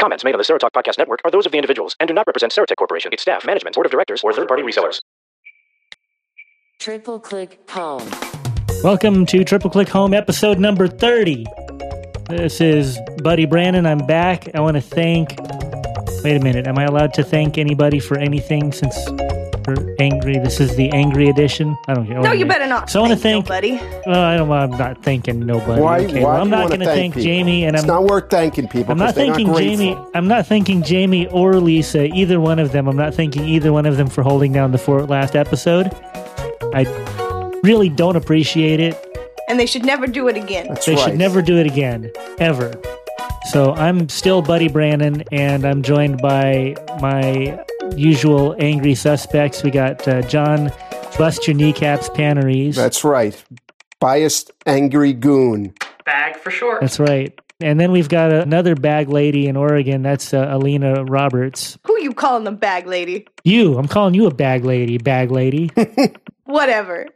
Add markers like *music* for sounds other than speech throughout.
Comments made on the Serotalk Podcast Network are those of the individuals and do not represent Serotech Corporation, its staff, management, board of directors, or third-party resellers. Triple click home. Welcome to Triple Click Home, episode number 30. This is Buddy Brandon. I'm back. I want to thank. Wait a minute. Am I allowed to thank anybody for anything since we're angry? This is the angry edition? I don't care. No, you better not. Oh, So I want to thank. buddy. Oh, I don't, I'm not thanking nobody. Why? okay, why well, do I'm you not wanna going to thank, people? Jamie, and it's I'm not worth thanking people. I'm not 'cause they're thanking grateful. Jamie. I'm not thanking Jamie or Lisa, either one of them. I'm not thanking either one of them for holding down the fort last episode. I really don't appreciate it. And they should never do it again. That's They right. should never do it again, ever. So I'm still Buddy Brannon, and I'm joined by my usual angry suspects. We got uh, John, bust your kneecaps, panneries. That's right. Biased, angry goon. bag for short. That's right. And then we've got another bag lady in Oregon. That's uh, Alina Roberts. Who you calling the bag lady? You, I'm calling you a bag lady, bag lady. Whatever.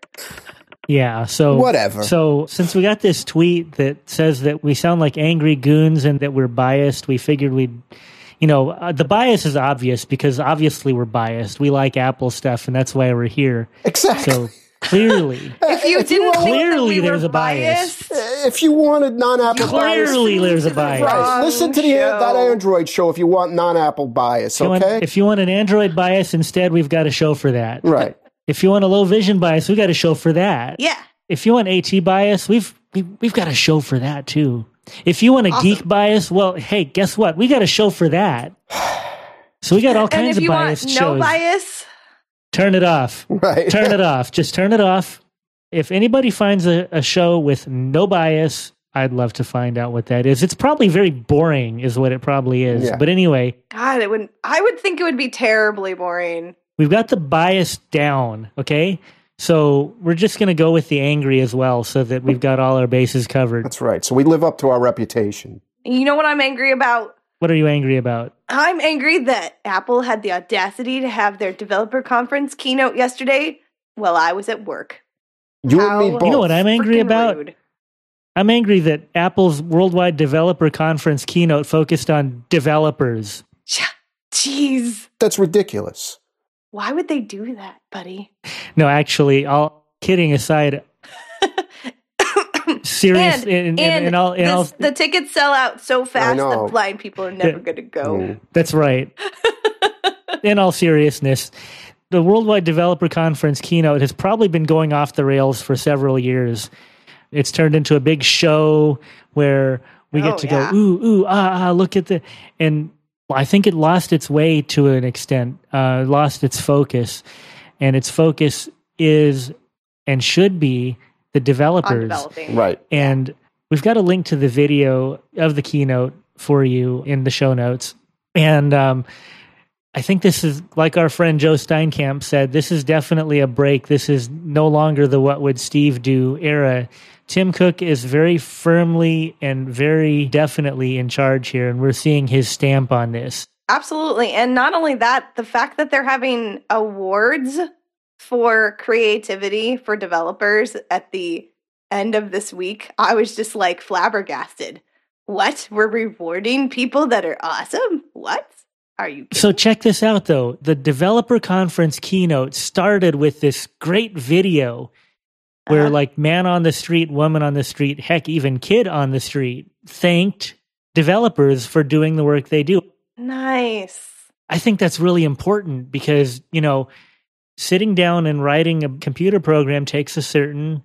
yeah. So Whatever. So since we got this tweet that says that we sound like angry goons and that we're biased, we figured we'd. You know, uh, the bias is obvious because obviously we're biased. We like Apple stuff, and that's why we're here. Exactly. So *laughs* clearly, If you didn't think that Clearly we there's were a bias. biased, Eh, if you wanted non-Apple bias, clearly there's a the bias. wrong- right. listen to the, uh, show. that Android show if you want non-Apple bias. If you want- Okay. If you want an Android bias, instead we've got a show for that. right. If you want a low vision bias, we got a show for that. yeah, if you want AT bias, we've we, we've got a show for that too. If you want a geek bias, well, hey, guess what? We got a show for that. So we got all and kinds if of you want biased no shows. bias, turn it off. Right. Turn it off. Just turn it off. If anybody finds a, a show with no bias, I'd love to find out what that is. It's probably very boring, is what it probably is. Yeah. But anyway, God, it wouldn't. I would think it would be terribly boring. we've got the bias down. Okay, so we're just gonna go with the angry as well, so that we've got all our bases covered. *laughs* That's right. So we live up to our reputation. You know what I'm angry about? What are you angry about? I'm angry that Apple had the audacity to have their developer conference keynote yesterday while I was at work. You How- and me both. You know what I'm angry Freaking about? rude. I'm angry that Apple's Worldwide Developer Conference keynote focused on developers. Jeez, That's ridiculous. why would they do that, *coughs* buddy? No, actually, all kidding aside, serious And- in, in, and in all, in this- all the tickets sell out so fast know. that blind people are never going to go. Mm. that's *laughs* right. in all seriousness, the Worldwide Developer Conference keynote has probably been going off the rails for several years. It's turned into a big show where we Oh, get to yeah. go, ooh, ooh, ah, ah, look at the. And I think it lost its way to an extent, uh, lost its focus. And its focus is and should be the on developers. developing. Right. And we've got a link to the video of the keynote for you in the show notes. And um, I think this is, like our friend Joe Steinkamp said, this is definitely a break. This is no longer the what would Steve do era. Tim Cook is very firmly and very definitely in charge here, and we're seeing his stamp on this. Absolutely. And not only that, the fact that they're having awards for creativity for developers at the end of this week, I was just like flabbergasted. What? We're rewarding people that are awesome? What? Are you kidding? So check this out though. The developer conference keynote started with this great video where Uh-huh. like man on the street, woman on the street, heck even kid on the street thanked developers for doing the work they do. nice. I think that's really important because, you know, sitting down and writing a computer program takes a certain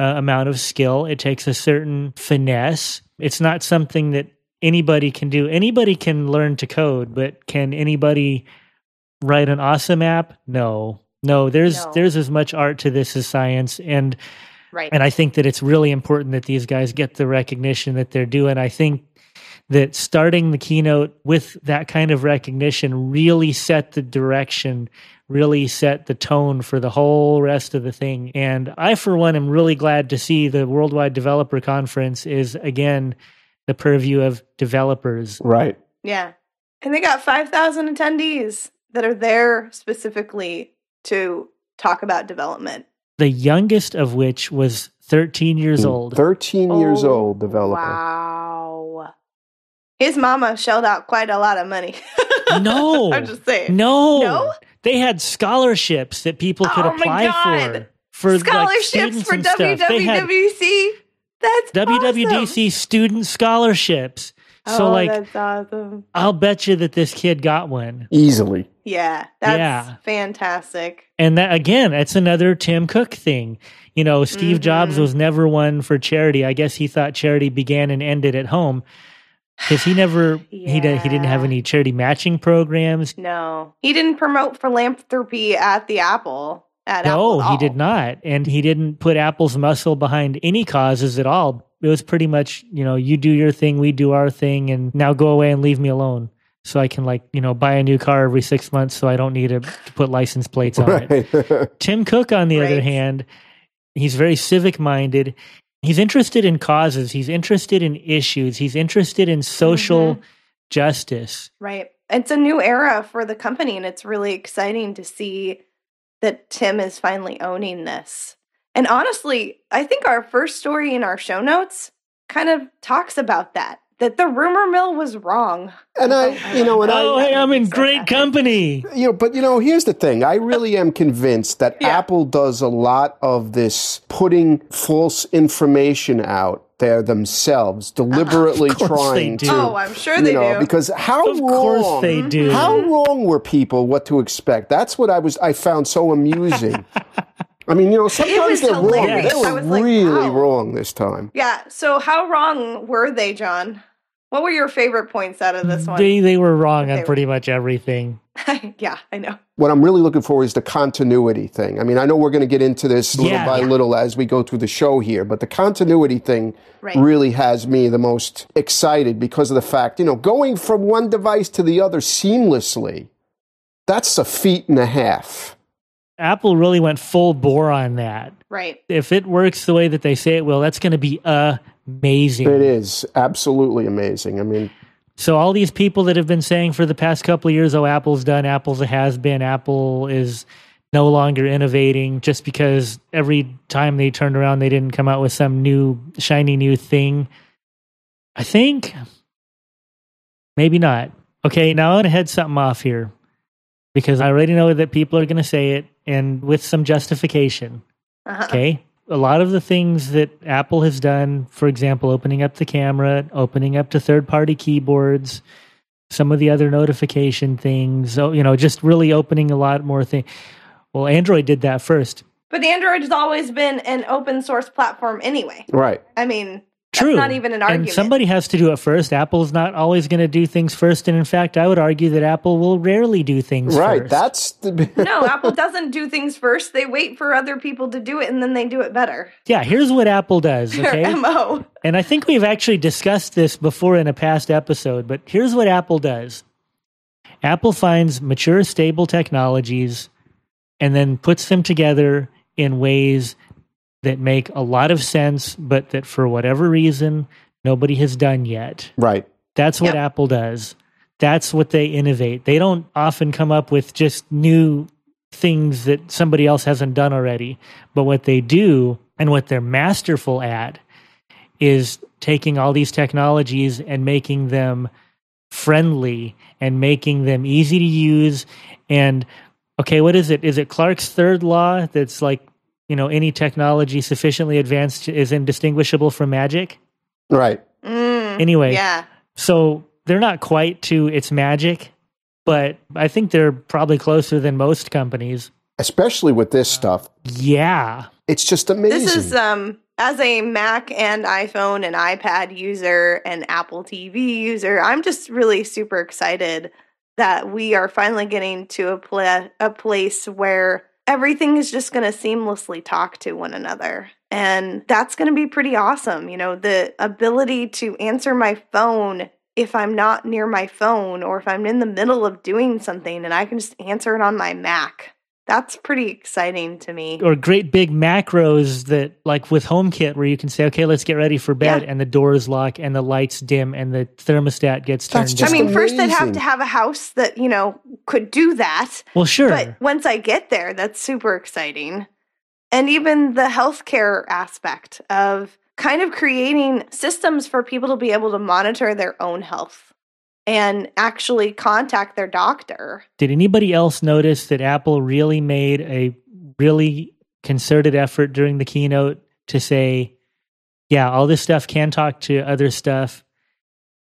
uh, amount of skill, it takes a certain finesse. It's not something that anybody can do. Anybody can learn to code, but can anybody write an awesome app? No. No, there's No. there's as much art to this as science and Right. and I think that it's really important that these guys get the recognition that they're due. And I think that starting the keynote with that kind of recognition really set the direction, really set the tone for the whole rest of the thing. And I, for one, am really glad to see the Worldwide Developer Conference is again the purview of developers. Right. Yeah. And they got 5,000 attendees that are there specifically to talk about development. The youngest of which Hmm. was 13 years old. Thirteen years Oh, old. Developer. Wow. His mama shelled out quite a lot of money. *laughs* No. I'm just saying. No. No? They had scholarships that people could Oh my apply God. for. For like, Scholarships students for and stuff. They had WWWC. That's WWDC awesome. student scholarships. So oh, like that's awesome. I'll bet you that this kid got one. Easily. Yeah, that's Yeah. fantastic. And that again, that's another Tim Cook thing. You know, Steve Jobs Mhm. was never one for charity. I guess he thought charity began and ended at home because he never he did, he didn't have Yeah. any charity matching programs. No, he didn't promote philanthropy at the Apple. At No, Apple at he did all. not, and he didn't put Apple's muscle behind any causes at all. It was pretty much you know you do your thing, we do our thing, and now go away and leave me alone. So I can like you know buy a new car every six months, so I don't need to, to put license plates on it. *laughs* Oh, Right. Tim Cook, on the other Right. hand, he's very civic minded. He's interested in causes, he's interested in issues, he's interested in social Mm-hmm. justice. Right. It's a new era for the company, and it's really exciting to see that Tim is finally owning this. And honestly, I think our first story in our show notes kind of talks about that. That the rumor mill was wrong. and I, you know, and I, oh, hey, I'm in so great happy. company. you know, but you know, here's the thing. I really am convinced that Yeah. Apple does a lot of this putting false information out *laughs* there themselves, deliberately course they trying do. to. Oh, I'm sure you they know, do. because how Of wrong? course they do. How wrong were people what to expect? That's what I was I found *laughs* so amusing. I mean, you know, was sometimes they're hilarious. I wrong. was They like, were really wow. wrong this time. yeah. So how wrong were they, John? What were your favorite points out of this one? They they were wrong They on were- pretty much everything. *laughs* yeah, I know. What I'm really looking for is the continuity thing. I mean, I know we're going to get into this little Yeah. by little as we go through the show here, but the continuity thing Right. really has me the most excited because of the fact, you know, going from one device to the other seamlessly, that's a feat and a half. Apple really went full bore on that. Right. If it works the way that they say it will, that's going to be amazing. It is absolutely amazing. I mean, So all these people that have been saying for the past couple of years, oh, Apple's done, Apple's a has been, Apple is no longer innovating just because every time they turned around, they didn't come out with some new, shiny new thing. I think maybe not. Okay, now I'm going to head something off here because I already know that people are going to say it and with some justification. Uh-huh. Okay. A lot of the things that Apple has done, for example, opening up the camera, opening up to third party keyboards, some of the other notification things, oh, you know, just really opening a lot more things. Well, Android did that first. But Android has always been an open source platform anyway. right. I mean, True. not even an And argument. somebody has to do it first. Apple's not always going to do things first. And in fact, I would argue that Apple will rarely do things Right. first. That's the *laughs* no, Apple doesn't do things first. They wait for other people to do it and then they do it better. yeah, here's what Apple *laughs* does. Their Okay. MO. And I think we've actually discussed this before in a past episode, but here's what Apple does Apple finds mature, stable technologies and then puts them together in ways that make a lot of sense, but that for whatever reason, nobody has done yet. right. That's what Yeah. Apple does. That's what they innovate. They don't often come up with just new things that somebody else hasn't done already. But what they do and what they're masterful at is taking all these technologies and making them friendly and making them easy to use. And okay, what is it? Is it Clark's third law that's like, you know, any technology sufficiently advanced is indistinguishable from magic? Right. Mm, Anyway, yeah. so they're not quite to its magic, but I think they're probably closer than most companies. Especially with this stuff. Yeah. It's just amazing. This is um as a Mac and iPhone and iPad user and Apple TV user, I'm just really super excited that we are finally getting to a pla- a place where everything is just going to seamlessly talk to one another. And that's going to be pretty awesome, you know, the ability to answer my phone if I'm not near my phone or if I'm in the middle of doing something and I can just answer it on my Mac. That's pretty exciting to me. Or great big macros that, like with HomeKit, where you can say, okay, let's get ready for bed, Yeah. and the doors lock, and the lights dim, and the thermostat gets turned That's down. just I mean, first I'd have amazing. to have a house that, you know, could do that. well, sure. But once I get there, that's super exciting. And even the healthcare aspect of kind of creating systems for people to be able to monitor their own health and actually contact their doctor. Did anybody else notice that Apple really made a really concerted effort during the keynote to say, yeah, all this stuff can talk to other stuff.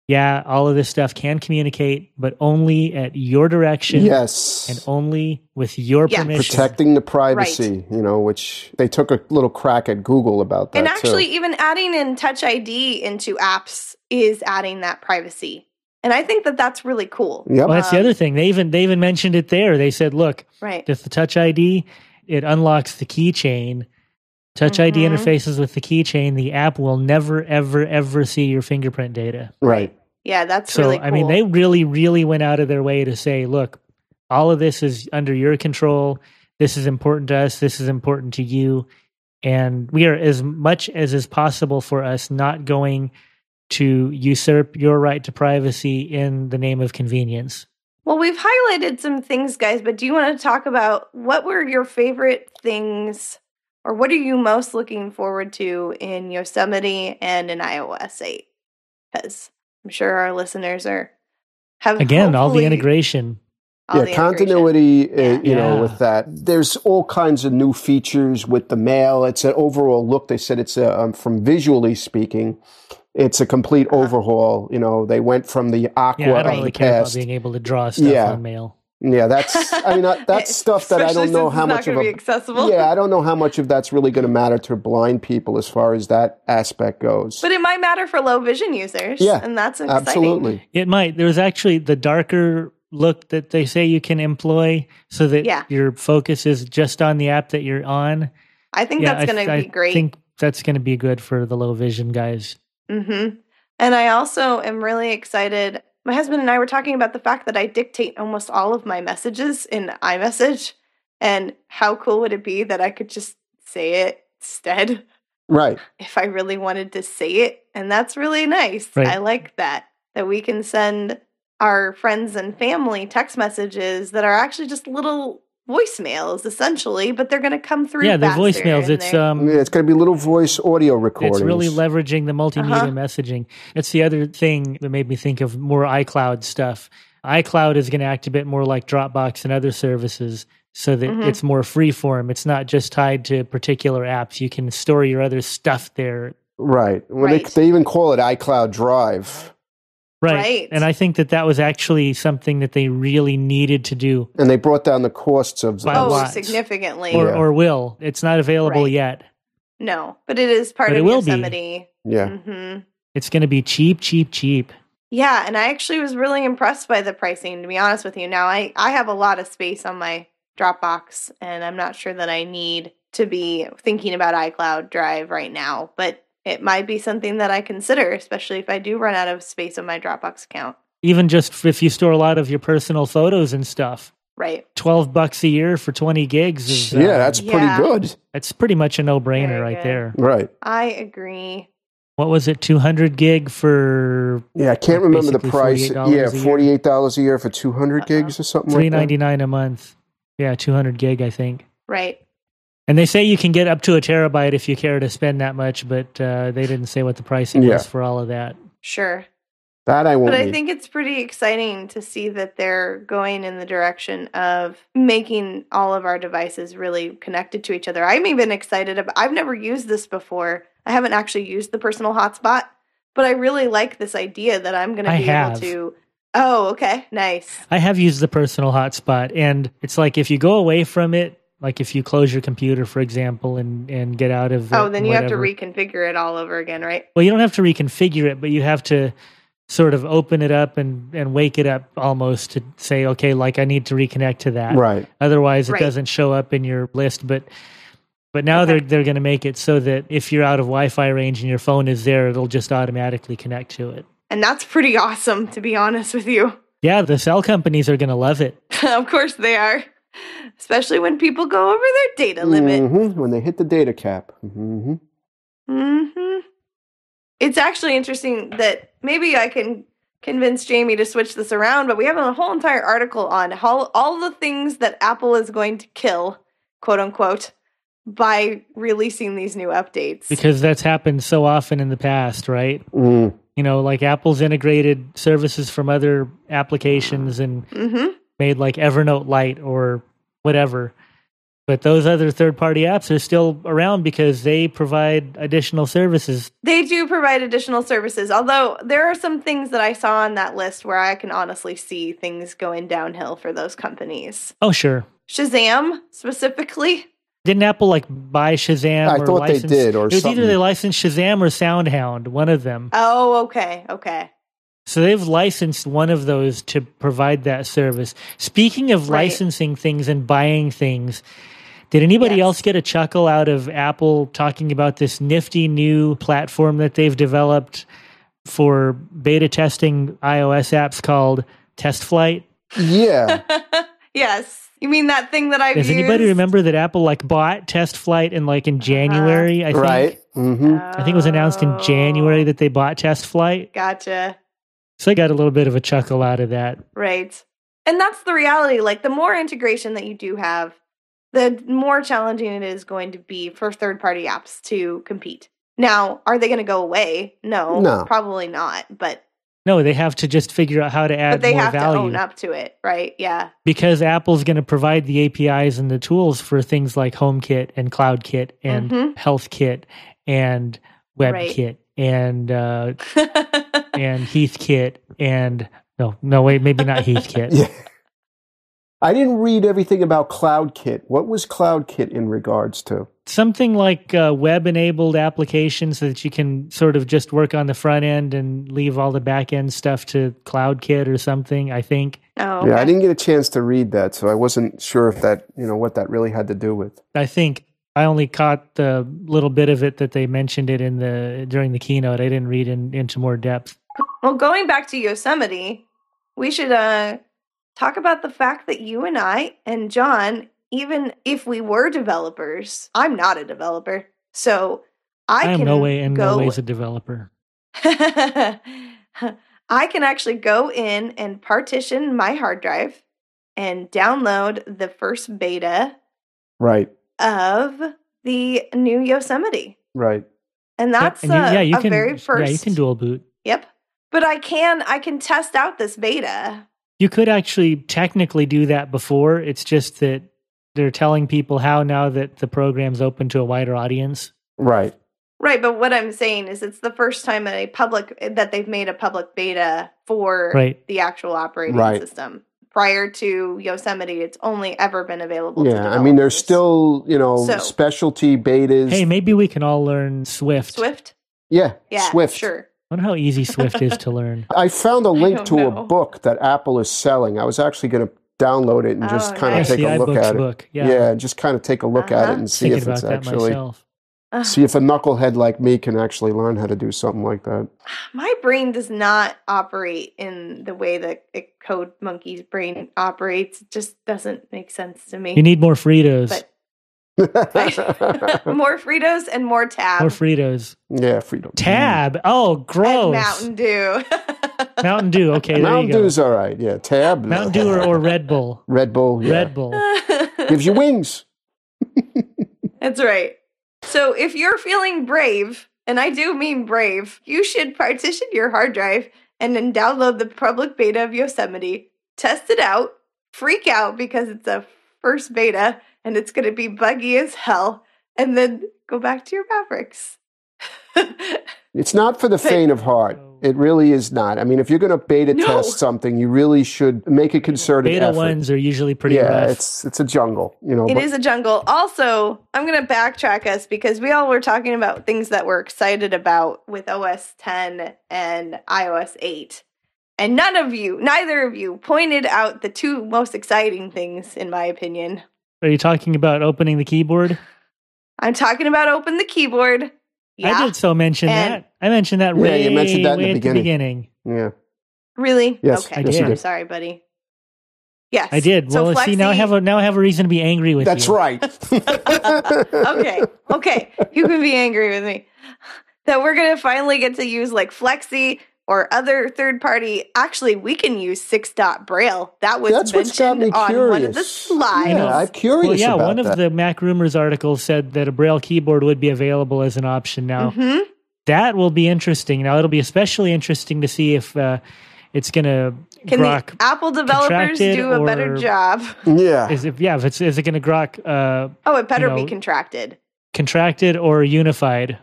Yeah, all of this stuff can communicate, but only at your direction Yes. and only with your Yeah. permission. protecting the privacy, you know, which they took a little crack at Google about that. and too. actually, even adding in Touch ID into apps is adding that privacy. And I think that that's really cool. Yep. Well, that's the Um, other thing. They even they even mentioned it there. They said, "Look, Right. with the Touch ID, it unlocks the keychain. Touch ID Mhm. interfaces with the keychain. The app will never, ever, ever see your fingerprint data. right. Yeah, that's so, really cool. I mean, they really, really went out of their way to say, "Look, all of this is under your control. This is important to us. This is important to you, and we are as much as is possible for us not going." To usurp your right to privacy in the name of convenience. Well, we've highlighted some things, guys, but do you want to talk about what were your favorite things or what are you most looking forward to in Yosemite and in iOS 8? Because I'm sure our listeners are have Again, all the hopefully- integration. all yeah, the integration. continuity, Yeah. Uh, you know, Yeah. with that. There's all kinds of new features with the mail. It's an overall look. They said it's a, um, from visually speaking, it's a complete Uh-huh. overhaul. You know, they went from the aqua Yeah, I of don't really the care about past. being able to draw stuff Yeah. on mail. Yeah, that's, I mean, *laughs* that, that's stuff that I Especially don't know since how it's not much of gonna a. be accessible. Yeah, I don't know how much of that's really going to matter to blind people as far as that aspect goes. But it might matter for low vision users. Yeah, And that's exciting. Absolutely. It might. There's actually the darker look that they say you can employ so that Yeah. your focus is just on the app that you're on. I think Yeah, that's I going to th- be great. I think that's going to be good for the low vision guys. Mm-hmm. And I also am really excited. My husband and I were talking about the fact that I dictate almost all of my messages in iMessage, and how cool would it be that I could just say it instead *laughs* Right. if I really wanted to say it? And that's really nice. Right. I like that that we can send our friends and family text messages that are actually just little voicemails essentially, but they're going to come through. yeah, the faster voicemails. and It's they're- um, Yeah, it's going to be little voice audio recordings. it's really leveraging the multimedia Uh-huh. messaging. That's the other thing that made me think of more iCloud stuff. iCloud is going to act a bit more like Dropbox and other services so that Mhm. it's more freeform. It's not just tied to particular apps. You can store your other stuff there. right. Well, Right. They, they even call it iCloud Drive, Right. Right. And I think that that was actually something that they really needed to do and they brought down the costs of. By a oh, lot. significantly. or, Yeah. or will. It's not available Right. yet. No, but it is part But of it will be. Yosemite. yeah. Mm-hmm. It's going to be cheap, cheap, cheap. Yeah, and I actually was really impressed by the pricing, to be honest with you. Now, I, I have a lot of space on my Dropbox, and I'm not sure that I need to be thinking about iCloud Drive right now, but it might be something that I consider, especially if I do run out of space on my Dropbox account. Even just if you store a lot of your personal photos and stuff. Right. 12 bucks a year for 20 gigs is uh, Yeah, that's pretty Yeah. good. that's pretty much a no-brainer Very right good. there. Right. I agree. What was it? 200 gig for Yeah, I can't remember the Basically price. $48 Yeah, a year. forty-eight dollars a year for two hundred Uh-huh. gigs or something. like that. 399 a month. Yeah, 200 gig I think. Right. And they say you can get up to a terabyte if you care to spend that much, but uh, they didn't say what the pricing Yeah. was for all of that. Sure. That I won't. But I need. think it's pretty exciting to see that they're going in the direction of making all of our devices really connected to each other. I'm even excited about I've never used this before. I haven't actually used the personal hotspot, but I really like this idea that I'm going to I be have. able to Oh, okay. Nice. I have used the personal hotspot, and it's like if you go away from it, like if you close your computer, for example, and and get out of Oh, it then and you have to whatever- reconfigure it all over again, right? Well, you don't have to reconfigure it, but you have to sort of open it up and and wake it up almost to say, okay, like I need to reconnect to that. right. Otherwise, it Right. doesn't show up in your list. But but now Okay. they're they're going to make it so that if you're out of Wi-Fi range and your phone is there, it'll just automatically connect to it. And that's pretty awesome to be honest with you. *laughs* Yeah, the cell companies are going to love it. of course they are. Especially when people go over their data limit. Mhm, When they hit the data cap. hmm hmm It's actually interesting that maybe I can convince Jamie to switch this around, but we have a whole entire article on how all the things that Apple is going to kill, quote unquote, by releasing these new updates. because that's happened so often in the past, right? Mm. You know, like Apple's integrated services from other applications and Mhm. made like Evernote Lite or whatever. But those other third party apps are still around because they provide additional services. They do provide additional services, although there are some things that I saw on that list where I can honestly see things going downhill for those companies. Oh, sure. Shazam, specifically. Didn't Apple like buy Shazam? I or thought they license- did or it was something. either they licensed Shazam or SoundHound, one of them. Oh, okay, okay. So they've licensed one of those to provide that service. Speaking of Right. licensing things and buying things, did anybody Yes. else get a chuckle out of Apple talking about this nifty new platform that they've developed for beta testing iOS apps called Test Flight? *laughs* Yeah. yes. You mean that thing that I've Does used? anybody remember that Apple like bought Test Flight in like Uh-huh. in January? I think right. *laughs* hmm I think it was announced in Oh. January that they bought Test Flight. Gotcha. So I got a little bit of a chuckle out of that. Right. And that's the reality. Like, the more integration that you do have, the more challenging it is going to be for third party apps to compete. Now, are they going to go away? No, No. probably not. But No, they have to just figure out how to add but they more have value. to own up to it, right? Yeah. *laughs* because Apple's going to provide the APIs and the tools for things like HomeKit and CloudKit and Mhm. HealthKit and WebKit and uh, Oh, and *laughs* HeathKit and no no wait maybe *laughs* not HeathKit. Yeah. I didn't read everything about CloudKit. What was CloudKit in regards to? Something like uh, web enabled applications that you can sort of just work on the front end and leave all the back end stuff to CloudKit or something. I think oh, Yeah, I okay. didn't get a chance to read that, so I wasn't sure if that, you know, what that really had to do with. I think I only caught the little bit of it that they mentioned it in the during the keynote. I didn't read in, into more depth. Well, going back to Yosemite, we should uh, talk about the fact that you and I and John, even if we were developers, I'm not a developer, so I, I, am can no way in no go. ways a developer. *laughs* I can actually go in and partition my hard drive and download the first beta Right. of the new Yosemite, Right. and Yep, that's and you- uh, yeah, you a can very first. yeah, you can dual boot. Yep. But I can I can test out this beta. You could actually technically do that before. It's just that they're telling people how now that the program's open to a wider audience. Right. Right, but what I'm saying is it's the first time in a public that they've made a public beta for Right. the actual operating Right. system. Prior to Yosemite, it's only ever been available. to Yeah. I mean, there's developers. still, you know, So- specialty betas. Hey, maybe we can all learn Swift. Swift. yeah. Yeah, Swift. Sure. I wonder how *laughs* easy Swift is to learn. I found a don't link to know. a book that Apple is selling. I was actually going to download it and just Oh, kind of nice. take the a look iBooks at it. book. Yeah. and just kind of take a look at Uh-huh. it and see Thinking if about it's that actually myself. Ugh, see if a knucklehead like me can actually learn how to do something like that. *laughs* *laughs* my brain does not operate in the way that it, Code Monkey's brain operates. It just doesn't make sense to me. *laughs* You need more Fritos. But- *laughs* more Fritos and more Tab more Fritos. yeah, freedom. Tab. Mm. Oh, and gross. Mountain Dew. *laughs* Mountain Dew. Okay, there Mountain you go. Dew's all right. Yeah, Tab. no. Mountain Dew or, or *laughs* Red Bull. Red Bull. Yeah. Red Bull. *laughs* gives you wings. That's right. So if you're feeling brave, and I do mean brave, you should partition your hard drive and then download the public beta of Yosemite, test it out, freak out because it's a first beta and it's going to be buggy as hell, and then go back to your Mavericks. *laughs* It's not for the faint of heart. It really is not. I mean, if you're going to beta No. test something, you really should make a concerted Beta effort. ones are usually pretty yeah, rough. it's it's a jungle, you know. It but is a jungle. Also, I'm going to backtrack us because we all were talking about things that we're excited about with OS 10 and iOS 8. And none of you, neither of you, pointed out the two most exciting things, in my opinion. Are you talking about opening the keyboard? I'm talking about open the keyboard. I Yeah. did so mention And- that. I mentioned that Yeah, way, you mentioned that in the way at beginning. yeah, Really? Yes, Okay. yes, you I'm did. sorry, buddy. Yes. I did. So well, see, now I Flexi- have a now I have a reason to be angry *laughs* with that's you. *laughs* right. *laughs* okay, okay, you can be angry with me that we're gonna finally get to use like Flexi or other third party. Actually, we can use six dot braille. That was That's what's got mentioned me on one of the curious. slides. Yeah, I'm curious Well, yeah, about one that. of the Mac Rumors articles said that a Braille keyboard would be available as an option now. Mhm. That will be interesting. Now, it'll be especially interesting to see if uh, it's going to Can grok. the Apple developers contracted do a better or- job? yeah. is if yeah, if it's is it going to grok uh, Oh, it better be know, contracted. contracted or unified?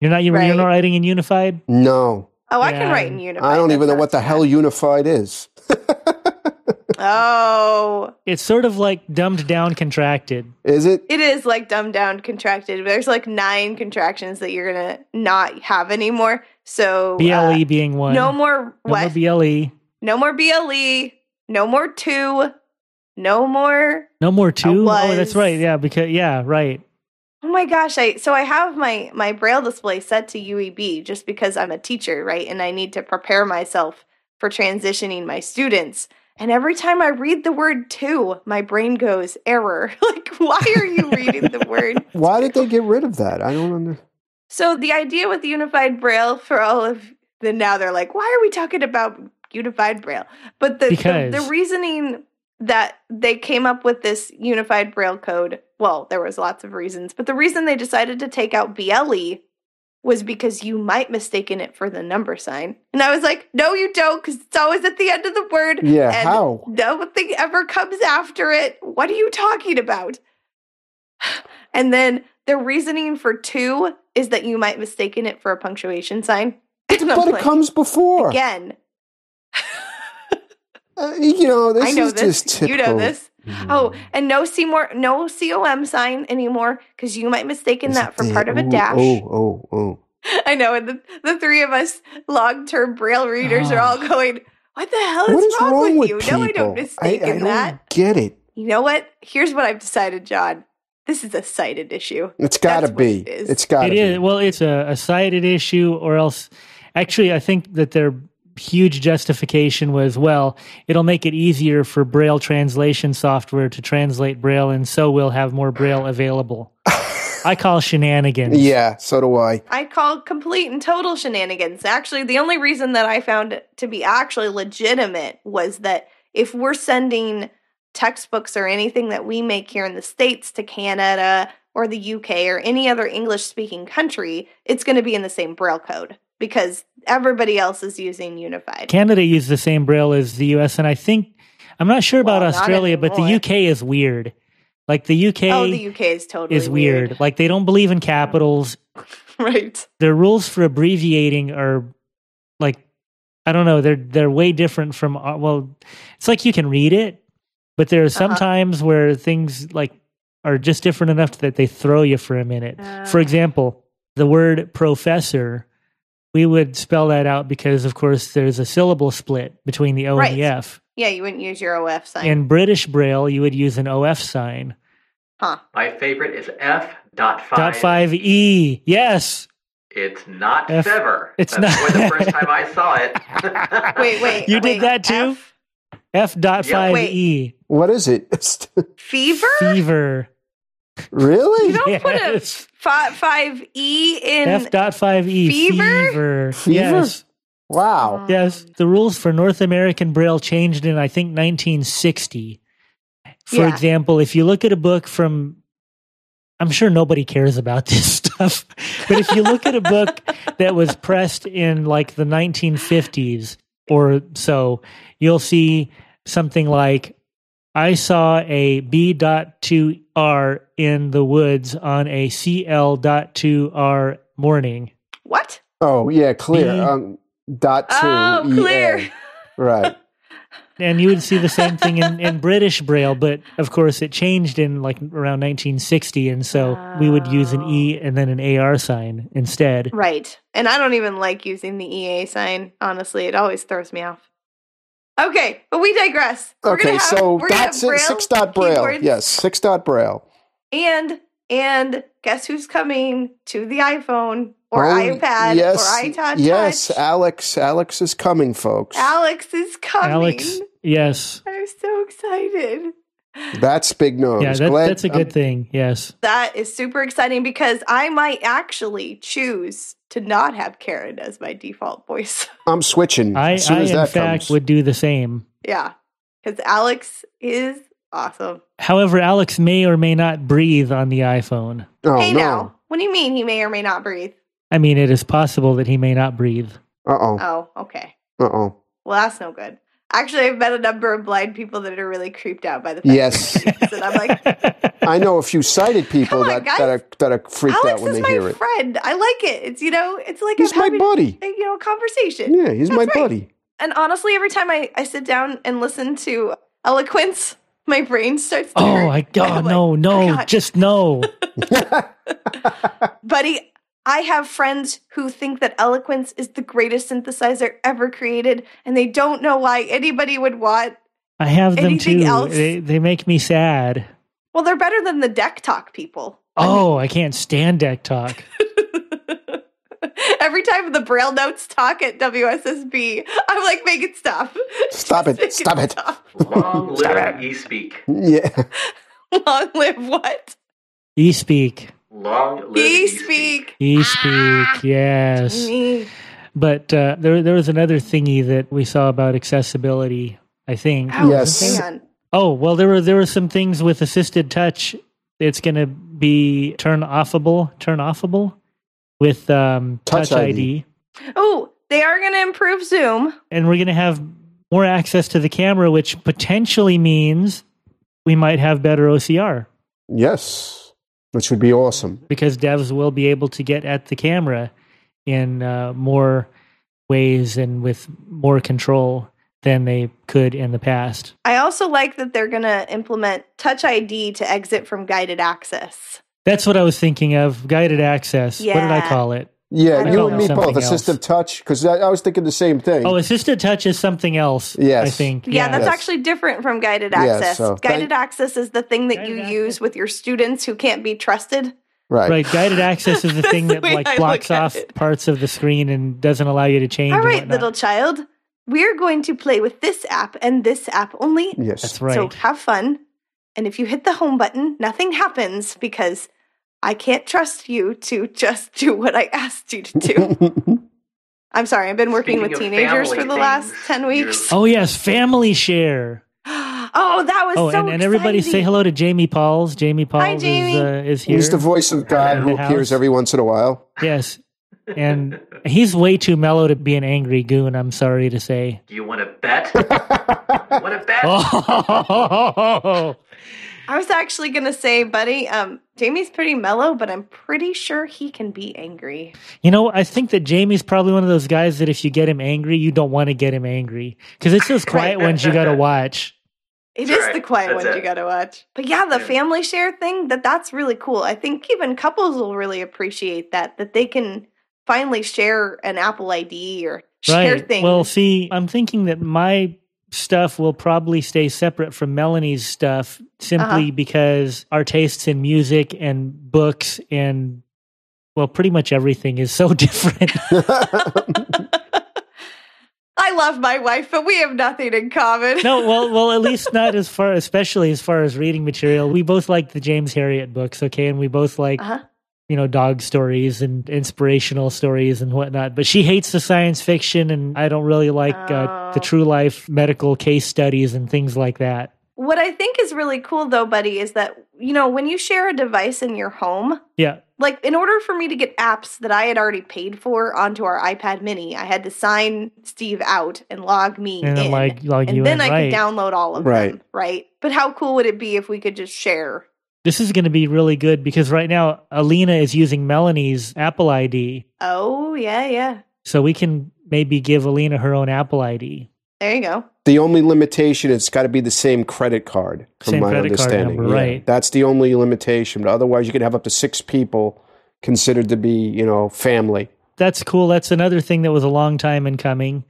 You're not you, Right. you're not writing in unified. No, Oh, I can Yeah. write in Unified. I don't That even know what the sounds hell unified is. bad. Oh, It's sort of like dumbed down contracted. Is it? it is like dumbed down contracted. There's like nine contractions that you're gonna not have anymore. So uh, BLE E being one. no more No more E. what? BLE. No more BLE. No more two. No more. No more two. Oh, that's was. right. Yeah, because yeah, right. Oh my gosh! I so I have my my braille display set to UEB just because I'm a teacher, right? And I need to prepare myself for transitioning my students. And every time I read the word two, my brain goes error. *laughs* like, why are you reading the word Why did they get rid of that? I don't under. So the idea with unified braille for all of the now they're like, why are we talking about unified braille? But the the, Because- the reasoning that they came up with this unified braille code, well, there was lots of reasons, but the reason they decided to take out BLE was because you might mistaken it for the number sign. And I was like, no, you don't, because it's always at the end of the word. Yeah, and how? Nothing ever comes after it. What are you talking about? And then their reasoning for two is that you might mistaken it for a punctuation sign. *laughs* And I'm But it like, comes before. again. Uh, you know, this I know is this. just You typical. Hmm. know this. Oh, and no Seymour, no COM sign anymore because you might mistaken that for part of a dash. Oh, oh, oh. *laughs* I know. And the, the three of us long term braille readers are all *sighs* going, What the hell is, What is Oh, wrong, with you? people? No, I don't mistaken I, I don't that. get it. You know what? Here's what I've decided, John. This is a cited issue. It's got to That's what be. it is. It's got to It be. is. Well, it's a, a cited issue, or else, actually, I think that their huge justification was well, it'll make it easier for Braille translation software to translate Braille, and so we'll have more Braille *laughs* available. I call shenanigans. Yeah, so do I. I call complete and total shenanigans. Actually, the only reason that I found it to be actually legitimate was that if we're sending textbooks or anything that we make here in the States to Canada or the UK or any other English speaking country, it's going to be in the same Braille code because everybody else is using Unified. Canada used the same Braille as the U.S., and I think I'm not sure about Well, not Australia, but the anymore. U.K. is weird. Like the U.K. oh, the UK is totally is weird. Like they don't believe in capitals. weird. *laughs* right. their rules for abbreviating are like I don't know. They're they're way different from uh, well, it's like you can read it, but there are some Uh-huh. times where things like are just different enough that they throw you for a minute. for Ah. example, the word professor, we would spell that out because of course there's a syllable split between the O Right. and the F. Yeah, you wouldn't use your OF sign. In British Braille, you would use an OF sign. My favorite is F dot five. Dot five E. Yes. It's not F- fever. it's That's not- the *laughs* first time I saw it. *laughs* wait, wait. You did wait, that too? F- F dot Yeah. five Wait. E. What is it? *laughs* fever? Fever. You really? don't put a Yes. fi- five E in. F dot five E Fever? fever. Fever? Yes. Wow. Yes. The rules for North American Braille changed in I think 1960. For Yeah. example, if you look at a book from I'm sure nobody cares about *laughs* this stuff, but if you look at a book that was pressed in like the 1950s or so, you'll see something like I saw a B.2R in the woods on a CL.2R morning. What? Oh, yeah, clear. B- Um, dot two. Oh, EA. clear. Right. And you would see the same thing in, in British Braille, but of course it changed in like around 1960. And so we would use an E and then an AR sign instead. Right. And I don't even like using the EA sign. Honestly, it always throws me off. Okay, but we digress. *laughs* We're gonna Okay, have- so we're gonna that's have it. Six dot braille. keyboards, Yes, six dot braille. And and guess who's coming to the iPhone or Oh, iPad yes, or iTouch? Yes, Touch? Alex. Alex is coming, folks. Alex is coming. Alex, yes. I'm so excited. That's big nose. Yeah, that, Glad- that's a good thing. Yes. That is super exciting because I might actually choose to not have Karen as my default voice. *laughs* I'm, I'm switching. I, as soon I as in that fact, comes. would do the same. yeah, because Alex is awesome. However, Alex may or may not breathe on the iPhone. oh, hey, no. now, what do you mean he may or may not breathe? I mean, it is possible that he may not breathe. *laughs* Uh oh. Oh, okay. Uh oh. Well, that's no good. Actually, I've met a number of blind people that are really creeped out by the fact Yes. that- and I'm like, I know a few sighted *laughs* people Come on, that, guys. that are that are *laughs* freaked Alex out when is they my hear it. friend. I like it. It's you know, it's like He's I'm my having buddy. a, you know a conversation. Yeah, he's my That's right. buddy. And honestly, every time I, I sit down and listen to eloquence, my brain starts. *laughs* To oh hurt. my I'm god, like, no, no, God. just no. buddy. I have friends who think that eloquence is the greatest synthesizer ever created, and they don't know why anybody would want. I have them Anything too. else? They they make me sad. Well, they're better than the deck talk people. *laughs* Oh, I can't stand deck talk. Every time the Braille notes talk at WSSB, I'm like, make it stop. Stop Just *laughs* it. make Stop it. Long live e speak. *laughs* Yeah. Long live what? E speak. Long live E e speak. E speak. Yes. Ah. Me. But uh, there there was another thingy that we saw about accessibility, I think. Ow, Yes. Hang on. Oh, well there were there were some things with assisted touch. It's going to be turn offable, turn offable with um, touch, Touch ID. ID. Oh, they are going to improve Zoom. and we're going to have more access to the camera which potentially means we might have better OCR. Yes. Which would be awesome. because devs will be able to get at the camera in uh, more ways and with more control than they could in the past. I also like that they're going to implement Touch ID to exit from guided access. That's what I was thinking of guided access. What did I Yeah. call it? Yeah, I you don't and know. me both. Something else. Assistive touch, because I, I was thinking the same thing. Oh, assisted touch is something else. Yes. I think. Yeah, that's Yes. actually different from guided Yeah, access. so thank- guided access is the thing that Guided you access- use with your students who can't be trusted. right. right. Guided access *laughs* is the That's thing the that way like I blocks look at off it. parts of the screen and doesn't allow you to change. All and right, whatnot. little child, we're going to play with this app and this app only. Yes. That's right. So have fun. And if you hit the home button, nothing happens because I can't trust you to just *laughs* do what I asked you to do. *laughs* I'm sorry, I've been working Speaking with of teenagers for the family last things, 10 weeks. Oh yes, family share. *laughs* Oh, that was Oh, so and, and everybody say exciting. hello to Jamie Pauls. Jamie Pauls is, Jamie. uh, is here. He's the voice of God In who the appears house. every once in a while. *laughs* Yes. And he's way too mellow to be an angry goon, I'm sorry to say. Do you want to bet? want to *laughs* bet? Oh, I was actually going to say, buddy, um, Jamie's pretty mellow, but I'm pretty sure he can be angry. you know, I think that Jamie's probably one of those guys that if you get him angry, you don't want to get him angry because it's those quiet ones you got to watch. It That's is right. the quiet That's ones you it. got to watch. But yeah, the Yeah. family share thing, that that's really cool. I think even couples will really appreciate that that they can finally share an Apple ID or share Right. things. Well, see, I'm thinking that my stuff will probably stay separate from Melanie's stuff simply because our tastes in music and books and, well, pretty much everything is so *laughs* different. I love my wife, but we have nothing in common. no, well, well, at least not as far, especially as far as reading material. We both like the James Harriet books, okay, and we both like Uh-huh. you know dog stories and inspirational stories and whatnot. But she hates the science fiction, and I don't really like uh, the Oh. true life medical case studies and things like that. *laughs* What I think is really cool though, buddy, is that you know, when you share a device in your home, Yeah, like in order for me to get apps that I had already paid for onto our iPad mini, I had to sign Steve out and log me and in. then like like you and then in, I right. could download all of Right. them, right? But how cool would it be if we could just share? this is going to be really good because right now Alina is using Melanie's Apple ID, Oh yeah, yeah. so we can maybe give Alina her own Apple ID, There you go. the only limitation it's got to be the same credit card, from Same my credit card understanding. number, right. That's the only limitation. But otherwise, you could have up to six people considered to be, you know, family. that's cool. That's another thing that was a long time in coming.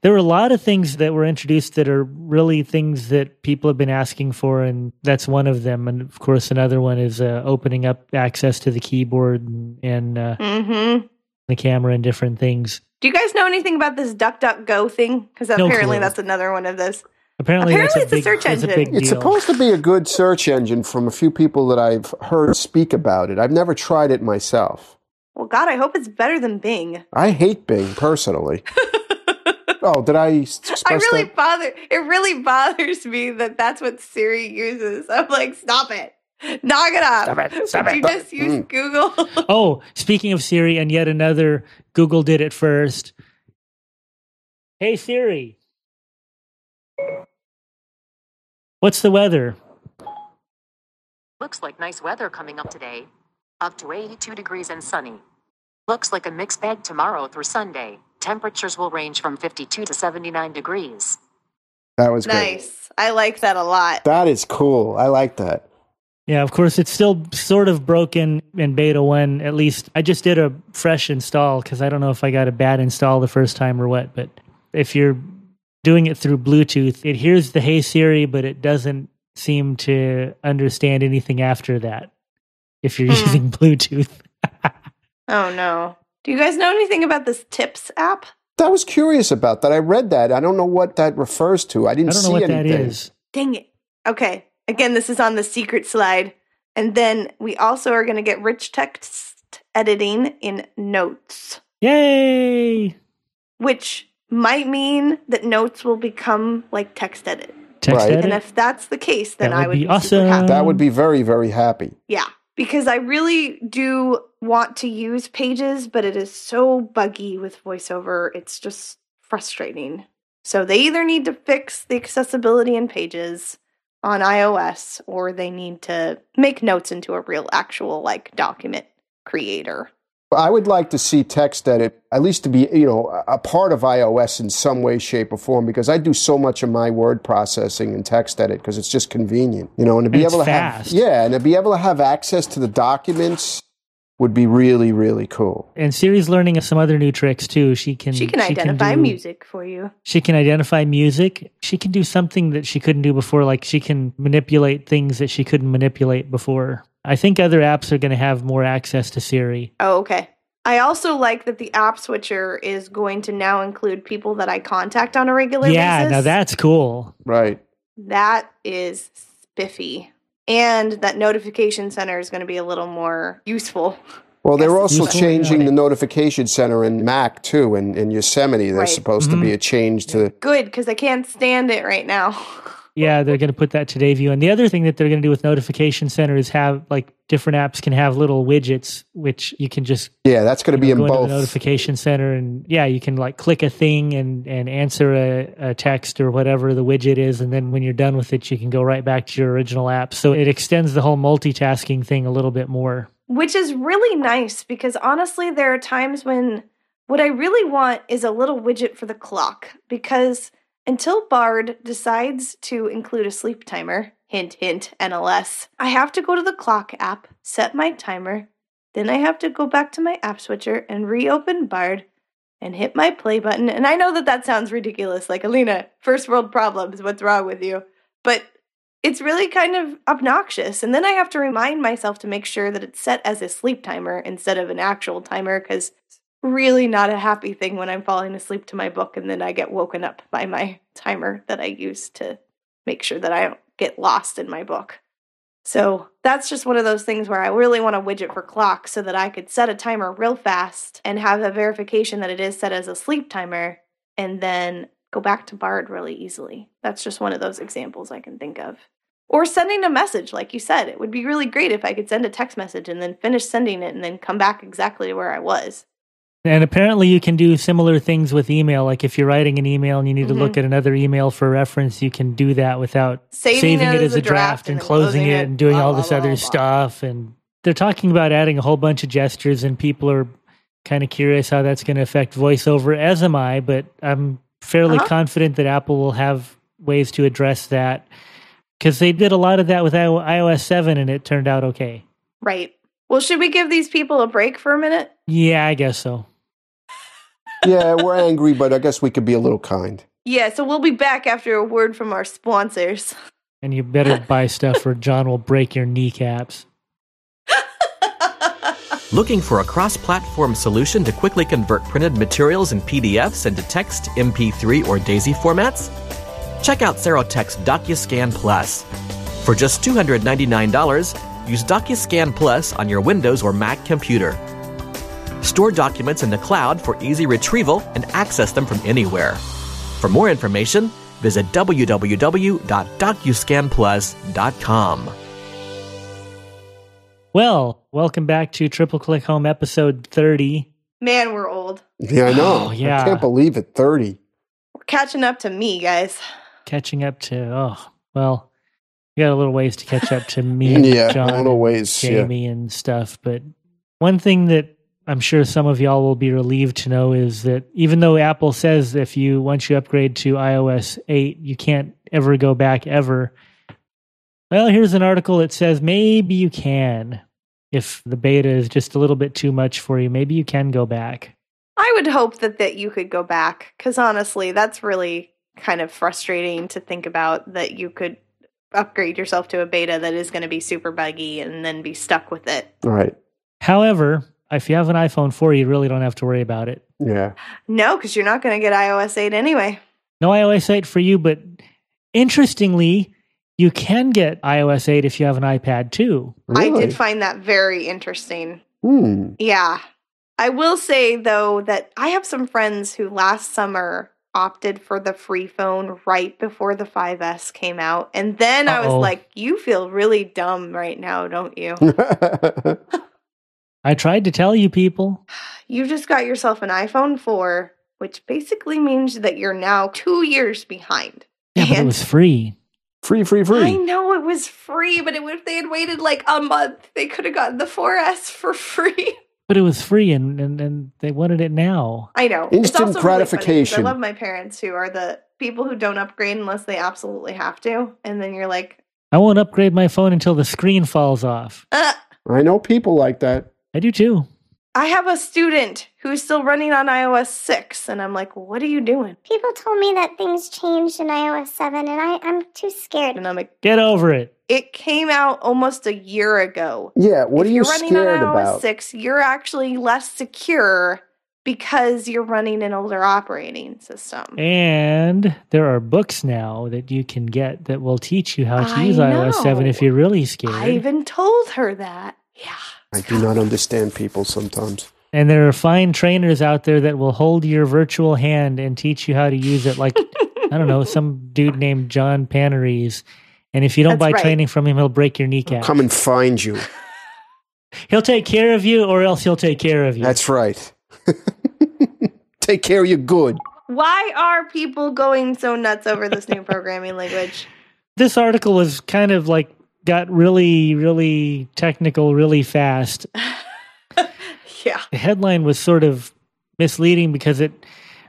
There were a lot of things that were introduced that are really things that people have been asking for, and that's one of them. And of course, another one is uh, opening up access to the keyboard and, and uh, Mm-hmm. the camera and different things. Do you guys know anything about this DuckDuckGo thing? Because No apparently clue. that's another one of those. Apparently, Apparently that's it's a big- search that's engine. big It's deal. supposed to be a good search engine from a few people that I've heard speak about it. I've never tried it myself. Well, God, I hope it's better than *laughs* Bing. I hate *laughs* Bing personally. oh, did I? s- I express really that? bother. It really bothers me that that's what Siri uses. I'm like, stop it, knock it off. Stop it, stop Would it. You just use Mm. Google. *laughs* Oh, speaking of Siri, and yet another Google did it first. Hey Siri, what's the weather? Looks like nice weather coming up today. Up to 82 degrees and sunny. Looks like a mixed bag tomorrow through Sunday. Temperatures will range from 52 to 79 degrees. That was *laughs* great. nice. I like that a lot. That is cool. I like that. Yeah, of course, it's still sort of broken in beta one. At least I just did a fresh install because I don't know if I got a bad install the first time or what. But if you're doing it through Bluetooth, it hears the Hey Siri, but it doesn't seem to understand anything after that. If you're Hmm. using *laughs* Bluetooth, Oh no. Do you guys know anything about this Tips app? That was curious about that. I read that. I don't know what that refers to. I I didn't don't know see what anything. that is. Dang it. Okay. Again, this is on the secret slide. And then we also are going to get rich text editing in notes, Yay! which might mean that notes will become like text edit. Text Right. edit. And if that's the case, then That I would would be be super happy. That Um, would be very, very happy. Yeah, because I really do want to use pages, but it is so buggy with voiceover. It's just frustrating. So they either need to fix the accessibility in pages on iOS or they need to make notes into a real actual like document creator. I would like to see text edit at least to be, you know, a- a part of iOS in some way, shape, or form because I do so much of my word processing in text edit because it's just convenient, you know, and to be And it's able to fast. have yeah, and to be able to have access to the documents would be really, really cool. and Siri's learning some other new tricks too. She can she can identify do- music for you. She can identify music. She can do something that she couldn't do before. Like she can manipulate things that she couldn't manipulate before. I think other apps are going to have more access to Siri. Oh, okay. I also like that the app switcher is going to now include people that I contact on a regular Yeah, basis. now that's cool. Right. That is spiffy. And that notification center is going to be a little more useful. Well, they're Yes, it's also useful. changing the notification center in Mac too, in, in Yosemite. There's Right. supposed to Mm-hmm. be a change to Good, because I can't stand it right now. *laughs* Yeah, they're going to put that to day view. And the other thing that they're going to do with Notification Center is have like different apps can have little widgets, which you can just yeah. That's going to be you know, in go into the both. notification center and yeah you can like click a thing and and answer a, a text or whatever the widget is and then when you're done with it you can go right back to your original app so it extends the whole multitasking thing a little bit more Which is really nice because honestly, there are times when what I really want is a little widget for the clock. Because until Bard decides to include a sleep timer, hint, hint, NLS, I have to go to the clock app, set my timer, then I have to go back to my app switcher and reopen Bard and hit my play button. And I know that that sounds ridiculous, like Alina, first world problems, what's wrong with you? But it's really kind of obnoxious. And then I have to remind myself to make sure that it's set as a sleep timer instead of an actual timer because it's really not a happy thing when I'm falling asleep to my book and then I get woken up by my timer that I use to make sure that I don't get lost in my book. So that's just one of those things where I really want a widget for clock so that I could set a timer real fast and have a verification that it is set as a sleep timer and then go back to Bard really easily. That's just one of those examples I can think of. Or sending a message, like you said. It would be really great if I could send a text message and then finish sending it and then come back exactly to where I was. and apparently you can do similar things with email like if you're writing an email and you need to Mhm. look at another email for reference you can do that without Saving, it, as a draft, and then closing it and doing blah, all blah, this blah, other blah, blah. stuff and they're talking about adding a whole bunch of gestures and people are kind of curious how that's going to affect voiceover as am i but i'm fairly Uh-huh. confident that apple will have ways to address that because they did a lot of that with I- ios 7 and it turned out okay Right. Well, should we give these people a break for a minute? yeah i guess so yeah, we're angry, but I guess we could be a little kind. *laughs* Yeah, so we'll be back after a word from our sponsors. *laughs* and you better buy stuff or john will break your kneecaps Looking for a cross platform solution to quickly convert printed materials and PDFs into text, MP3, or DAISY formats? check out Serotech's DocuScan Plus. For just $299, use DocuScan Plus on your Windows or Mac computer. Store documents in the cloud for easy retrieval and access them from anywhere. For more information, visit www.docuscanplus.com. Well, welcome back to Triple Click Home episode 30. Man, we're old. Yeah, I know. Oh, yeah. I can't believe it. 30. We're catching up to me, guys. Catching up to, oh, well, we got a little ways to catch up *laughs* to me and yeah, John a little and ways. Yeah. Jamie and stuff. But one thing that I'm sure some of y'all will be relieved to know is that even though Apple says if you once you upgrade to iOS 8, you can't ever go back ever. Well, here's an article that says maybe you can. If the beta is just a little bit too much for you, maybe you can go back. I would hope that that you could go back cuz honestly, that's really kind of frustrating to think about that you could upgrade yourself to a beta that is going to be super buggy and then be stuck with it. All right. However, if you have an iPhone 4, you really don't have to worry about it. Yeah. No, cuz you're not going to get iOS 8 anyway. No iOS 8 for you, but interestingly, you can get iOS 8 if you have an iPad too. Really? I did find that very interesting. Hmm. Yeah. I will say though that I have some friends who last summer opted for the free phone right before the 5S came out. And then I Uh-oh. was like, you feel really dumb right now, don't you? Hmm. I tried to tell you people. you just got yourself an iPhone 4, which basically means that you're now 2 years behind. Yeah, but it And- was free. *laughs* free, free, free. I know it was free, but it, if they had waited like a month, they could have gotten the 4S for *laughs* free. But it was free and, and, and they wanted it now. I know. Instant really funny 'cause gratification. I love my parents who are the people who don't upgrade unless they absolutely have to. And then you're like, I won't upgrade my phone until the screen falls off. uh, I know people like that. I do too. I have a student who's still running on iOS 6. And I'm like, what are you doing? People told me that things changed in iOS 7, and I, I'm too scared. And I'm like, Get over it. it came out almost a year ago. Yeah. What if are you you're running on scared iOS about? 6, you're actually less secure because you're running an older operating system. And there are books now that you can get that will teach you how to I use iOS 7 know. if you're really scared. I even told her that. Yeah. I do not understand people sometimes. And there are fine trainers out there that will hold your virtual hand and teach you how to use it. Like, I don't know, *laughs* some dude named John Paneries. And if you don't That's buy right. training from him, he'll break your kneecap. Come and find you. He'll take care of you, or else he'll take care of you. That's right. *laughs* Take care of your good. Why are people going so nuts over this new programming *laughs* language? this article was kind of like got really, really technical really fast. Yeah. The headline was sort of misleading because it,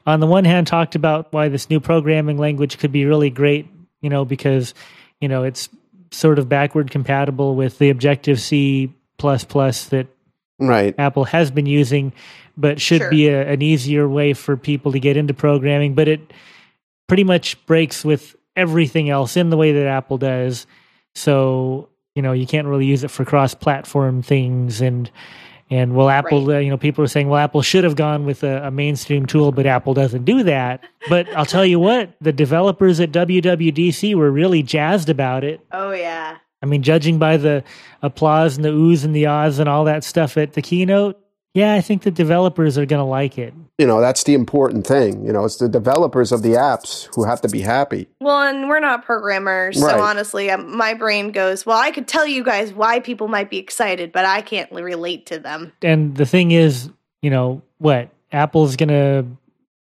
on the one hand, talked about why this new programming language could be really great, you know, because, you know, it's sort of backward compatible with the Objective C plus plus that Right. Apple has been using, but should Sure. be a, an easier way for people to get into programming. But it pretty much breaks with everything else in the way that Apple does. So you know you can't really use it for cross-platform things and and well apple uh, you know people are saying well apple should have gone with a, a mainstream tool but apple doesn't do that but i'll tell you what the developers at wwdc were really jazzed about it Oh, yeah. I mean, judging by the applause and the oohs and the ahs and all that stuff at the keynote, yeah, I think the developers are going to like it. You know, that's the important thing. You know, it's the developers of the apps who have to be happy. Well, and we're not programmers, Right. so honestly, um, my brain goes, "Well, I could tell you guys why people might be excited, but I can't l- relate to them." And the thing is, you know, what? Apple's going to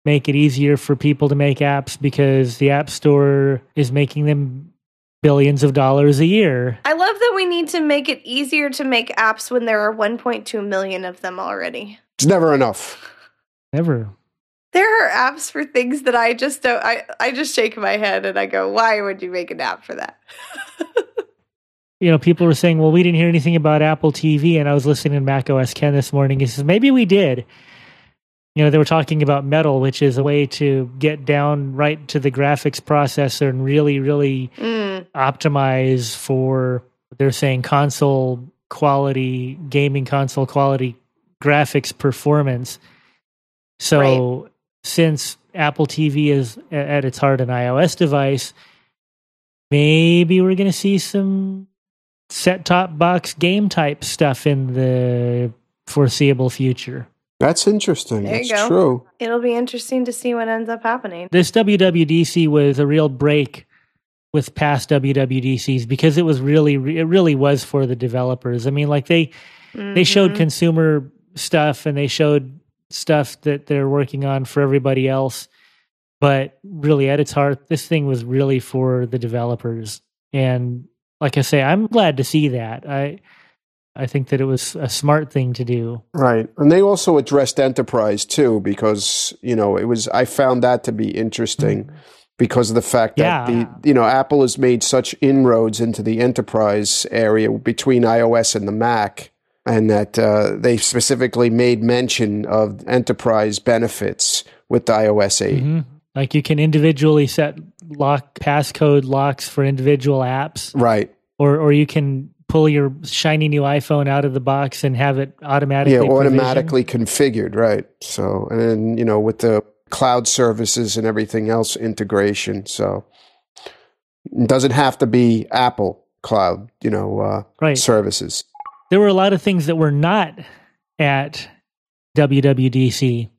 make it easier for people to make apps because the App Store is making them billions of dollars a year. I love that we need to make it easier to make apps when there are 1.2 million of them already. It's never enough. Never. There are apps for things that I just don't. I I just shake my head and I go, "Why would you make an app for that?" You know, people were saying, well, we didn't hear anything about Apple TV. And I was listening to Mac OS Ken this morning. He says, maybe we did. you know they were talking about metal which is a way to get down right to the graphics processor and really really Mm, optimize for they're saying console quality gaming console quality graphics performance so since Apple TV is a- at its heart an iOS device, maybe we're going to see some set top box game type stuff in the foreseeable future. That's interesting. There you That's go. true. It'll be interesting to see what ends up happening. This WWDC was a real break with past WWDCs because it was really it really was for the developers. I mean, like they they showed Mhm. consumer stuff and they showed stuff that they're working on for everybody else but really at its heart this thing was really for the developers and like i say i'm glad to see that i i think that it was a smart thing to do Right. And they also addressed enterprise too, because, you know, it was, I found that to be interesting because of the fact Mm. that Yeah. the, you know, Apple has made such inroads into the enterprise area between iOS and the Mac. And that uh, they specifically made mention of enterprise benefits with the iOS 8. Mhm. like you can individually set lock passcode locks for individual apps Right. or or you can pull your shiny new iphone out of the box and have it automatically Yeah, provisioned. automatically configured. Right. So, and then, you know, with the cloud services and everything else integration. So, it doesn't have to be Apple cloud, you know, uh, right services. there were a lot of things that were not at WWDC.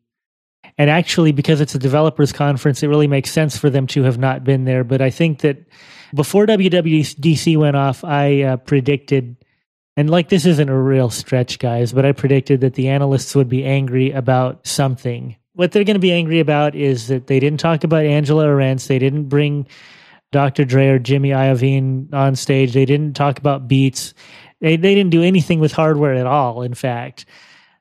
And actually, because it's a developers conference, it really makes sense for them to have not been there. But I think that before WWDC went off, I uh, predicted, and like this isn't a real stretch, guys, but I predicted that the analysts would be angry about something. What they're going to be angry about is that they didn't talk about Angela Arantz. They didn't bring Dr. Dre or Jimmy Iovine on stage. They didn't talk about beats. They they didn't do anything with hardware at all. In fact,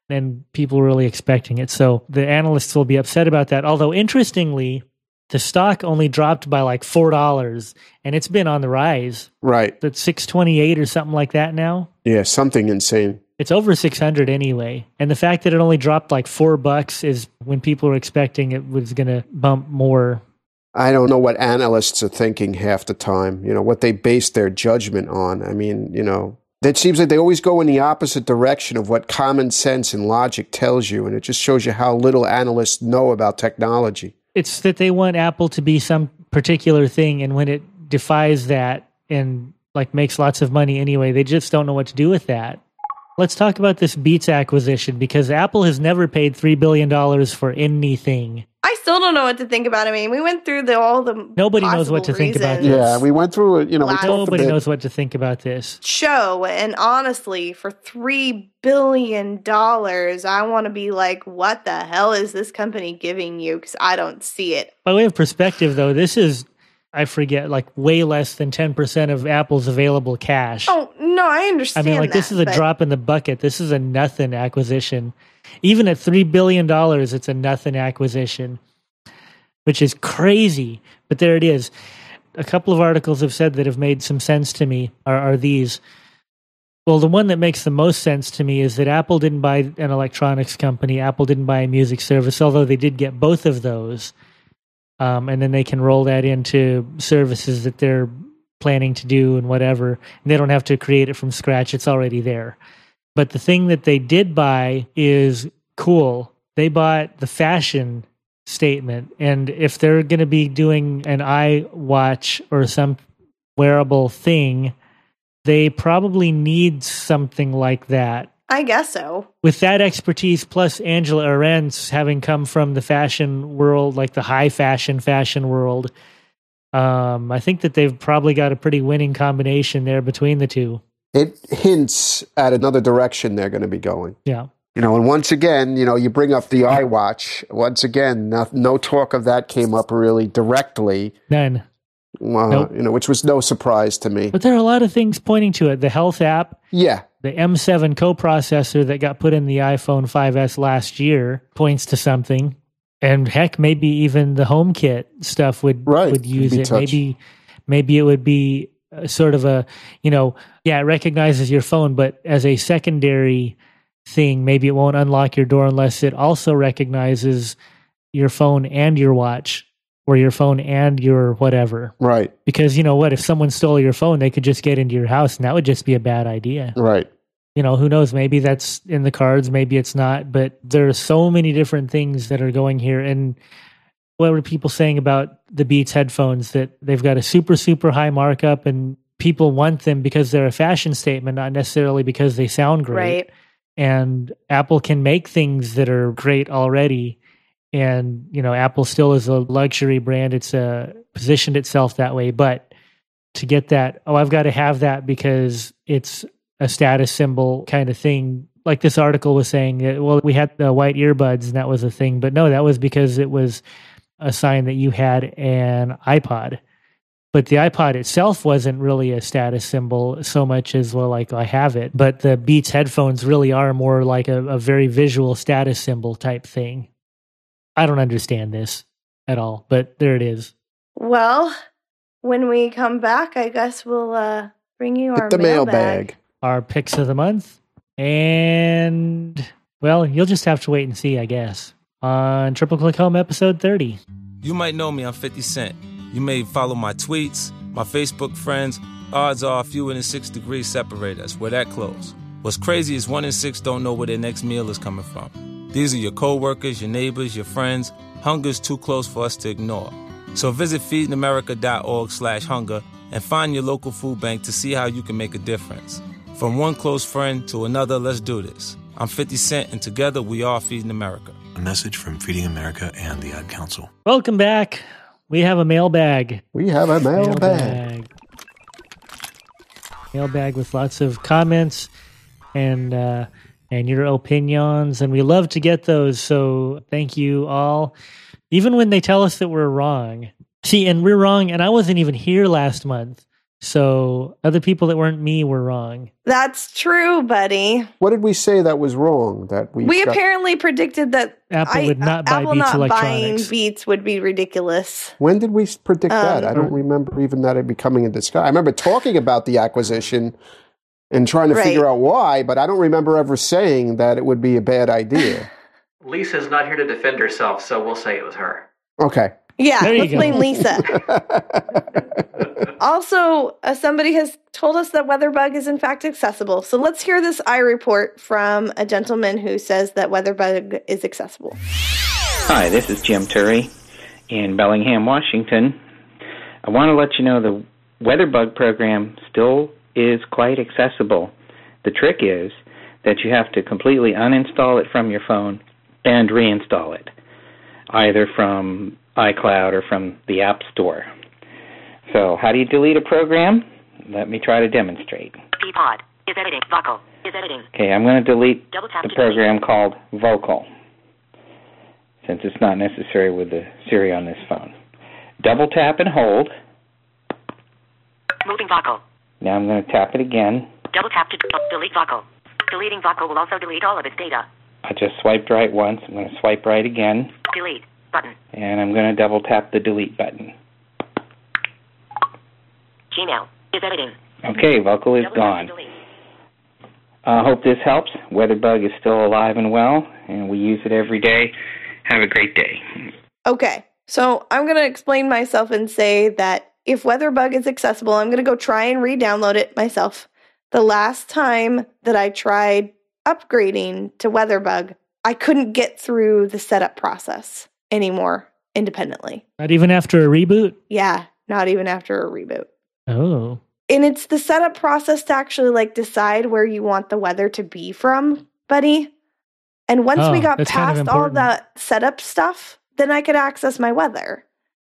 and people were really expecting it. So the analysts will be upset about that. Although interestingly, the stock only dropped by like four dollars, and it's been on the rise. Right. That's six twenty eight or something like that now. Yeah, something insane. It's over six hundred anyway, and the fact that it only dropped like four bucks is when people were expecting it was going to bump more. I don't know what analysts are thinking half the time, you know, what they base their judgment on. I mean, you know, it seems like they always go in the opposite direction of what common sense and logic tells you. And it just shows you how little analysts know about technology. it's that they want Apple to be some particular thing, and when it defies that and like makes lots of money anyway, they just don't know what to do with that. Let's talk about this Beats acquisition because Apple has never paid three billion dollars for anything. I still don't know what to think about. it. I mean, we went through the all the Nobody knows what possible to think about reasons. this. Yeah, we went through it, you know, we Wow. talked a Nobody bit. knows what to think about this. show and honestly for three billion dollars i want to be like what the hell is this company giving you because i don't see it By way of perspective, though, this is I forget like way less than ten percent of Apple's available cash. oh no i I understand mean, like this that, is a but drop in the bucket. This is a nothing acquisition. Even at three billion dollars, it's a nothing acquisition, which is crazy. But there it is. A couple of articles have said that have made some sense to me are, are these. Well, the one that makes the most sense to me is that Apple didn't buy an electronics company. Apple didn't buy a music service, although they did get both of those. Um, and then they can roll that into services that they're planning to do and whatever. And they don't have to create it from scratch, it's already there. But the thing that they did buy is cool. They bought the fashion statement. And if they're going to be doing an eye watch or some wearable thing, they probably need something like that. i guess so With that expertise, plus Angela Arendt's having come from the fashion world, like the high fashion fashion world, um, I think that they've probably got a pretty winning combination there between the two. It hints at another direction they're going to be going. Yeah. You know, and once again, you know, you bring up the iWatch. Once again, no, no talk of that came up really directly. None. Uh, Nope. You know, which was no surprise to me. But there are a lot of things pointing to it. The health app, Yeah, the M7 coprocessor that got put in the iPhone 5S last year points to something. And heck, maybe even the HomeKit stuff would Right. would use Be it. touch. Maybe maybe it would be uh, sort of a, you know, yeah, it recognizes your phone, but as a secondary thing, maybe it won't unlock your door unless it also recognizes your phone and your watch or your phone and your whatever. right, Because you know what? If someone stole your phone, they could just get into your house, and that would just be a bad idea. right. you know, who knows? Maybe that's in the cards, maybe it's not. But there are so many different things that are going here. And what were people saying about the Beats headphones that they've got a super, super high markup and people want them because they're a fashion statement, not necessarily because they sound great. right? And Apple can make things that are great already. And, you know, Apple still is a luxury brand. It's uh, positioned itself that way. But to get that, oh, I've got to have that because it's a status symbol kind of thing. Like this article was saying, uh, well, we had the white earbuds and that was a thing. But no, that was because it was a sign that you had an iPod. But the iPod itself wasn't really a status symbol so much as, well, like I have it. But the Beats headphones really are more like a, a very visual status symbol type thing. I don't understand this at all, but there it is. Well, when we come back, I guess we'll uh, bring you our Hit the mailbag. Our picks of the month. And, well, you'll just have to wait and see, I guess, on Triple Click Home episode 30. You might know me, I'm 50 Cent. You may follow my tweets, my Facebook friends. Odds are a few in six degrees separate us. We're that close. What's crazy is one in six don't know where their next meal is coming from. These are your coworkers, your neighbors, your friends. Hunger's too close for us to ignore. So visit feedingamerica.org slash hunger and find your local food bank to see how you can make a difference. From one close friend to another, let's do this. I'm 50 Cent and together we are Feeding America. A message from Feeding America and the Ad Council. Welcome back. We have a mailbag. We have a mailbag. Mailbag with lots of comments and uh, and your opinions, and we love to get those. So thank you all, even when they tell us that we're wrong. See, and we're wrong, and I wasn't even here last month. So other people that weren't me were wrong. That's true, buddy. What did we say that was wrong? That we We got- apparently predicted that Apple would not buy uh, Apple Beats not buying Electronics. Beats would be ridiculous. When did we predict that? Um, I don't remember even that it becoming a discussion. I remember talking about the acquisition and trying to Right. figure out why, but I don't remember ever saying that it would be a bad idea. Lisa's not here to defend herself, so we'll say it was her. Okay. Yeah, There you let's go. *laughs* blame *laughs* Lisa. also, uh, somebody has told us that WeatherBug is in fact accessible. So let's hear this I report from a gentleman who says that WeatherBug is accessible. Hi, this is Jim Turry in Bellingham, Washington. I want to let you know the WeatherBug program still is quite accessible. The trick is that you have to completely uninstall it from your phone and reinstall it, either from iCloud or from the App Store. So, how do you delete a program? Let me try to demonstrate. Pod is editing. Vocal is editing. Okay, I'm going to delete Double tap the to delete. program called Vocal, since it's not necessary with the Siri on this phone. Double tap and hold. Moving vocal. Now I'm going to tap it again. Double tap to uh, delete vocal. Deleting vocal will also delete all of its data. I just swiped right once. I'm going to swipe right again, Delete button. and I'm going to double tap the delete button. Gmail is editing. Okay, Vocal is Double tap gone. to delete. I hope this helps. WeatherBug is still alive and well, and we use it every day. Have a great day. Okay, so I'm going to explain myself and say that if WeatherBug is accessible, I'm going to go try and re download it myself. The last time that I tried upgrading to WeatherBug, I couldn't get through the setup process anymore independently. Not even after a reboot. Yeah, not even after a reboot. Oh, And it's the setup process to actually like decide where you want the weather to be from, buddy. And once we Oh, got that's kind of past all important. the setup stuff, then I could access my weather.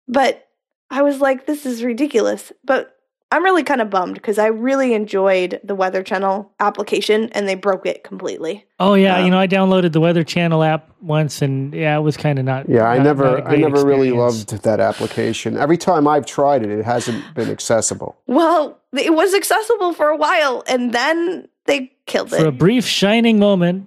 But I was like, this is ridiculous. But I'm really kind of bummed because I really enjoyed the Weather Channel application and they broke it completely. oh yeah. Um, you know, I downloaded the Weather Channel app once, and yeah, it was kind of not. *laughs* Yeah, I not- never, not a I great never really experience. loved that application. Every time I've tried it, it hasn't been accessible. Well, it was accessible for a while and then they killed it. for a brief shining moment.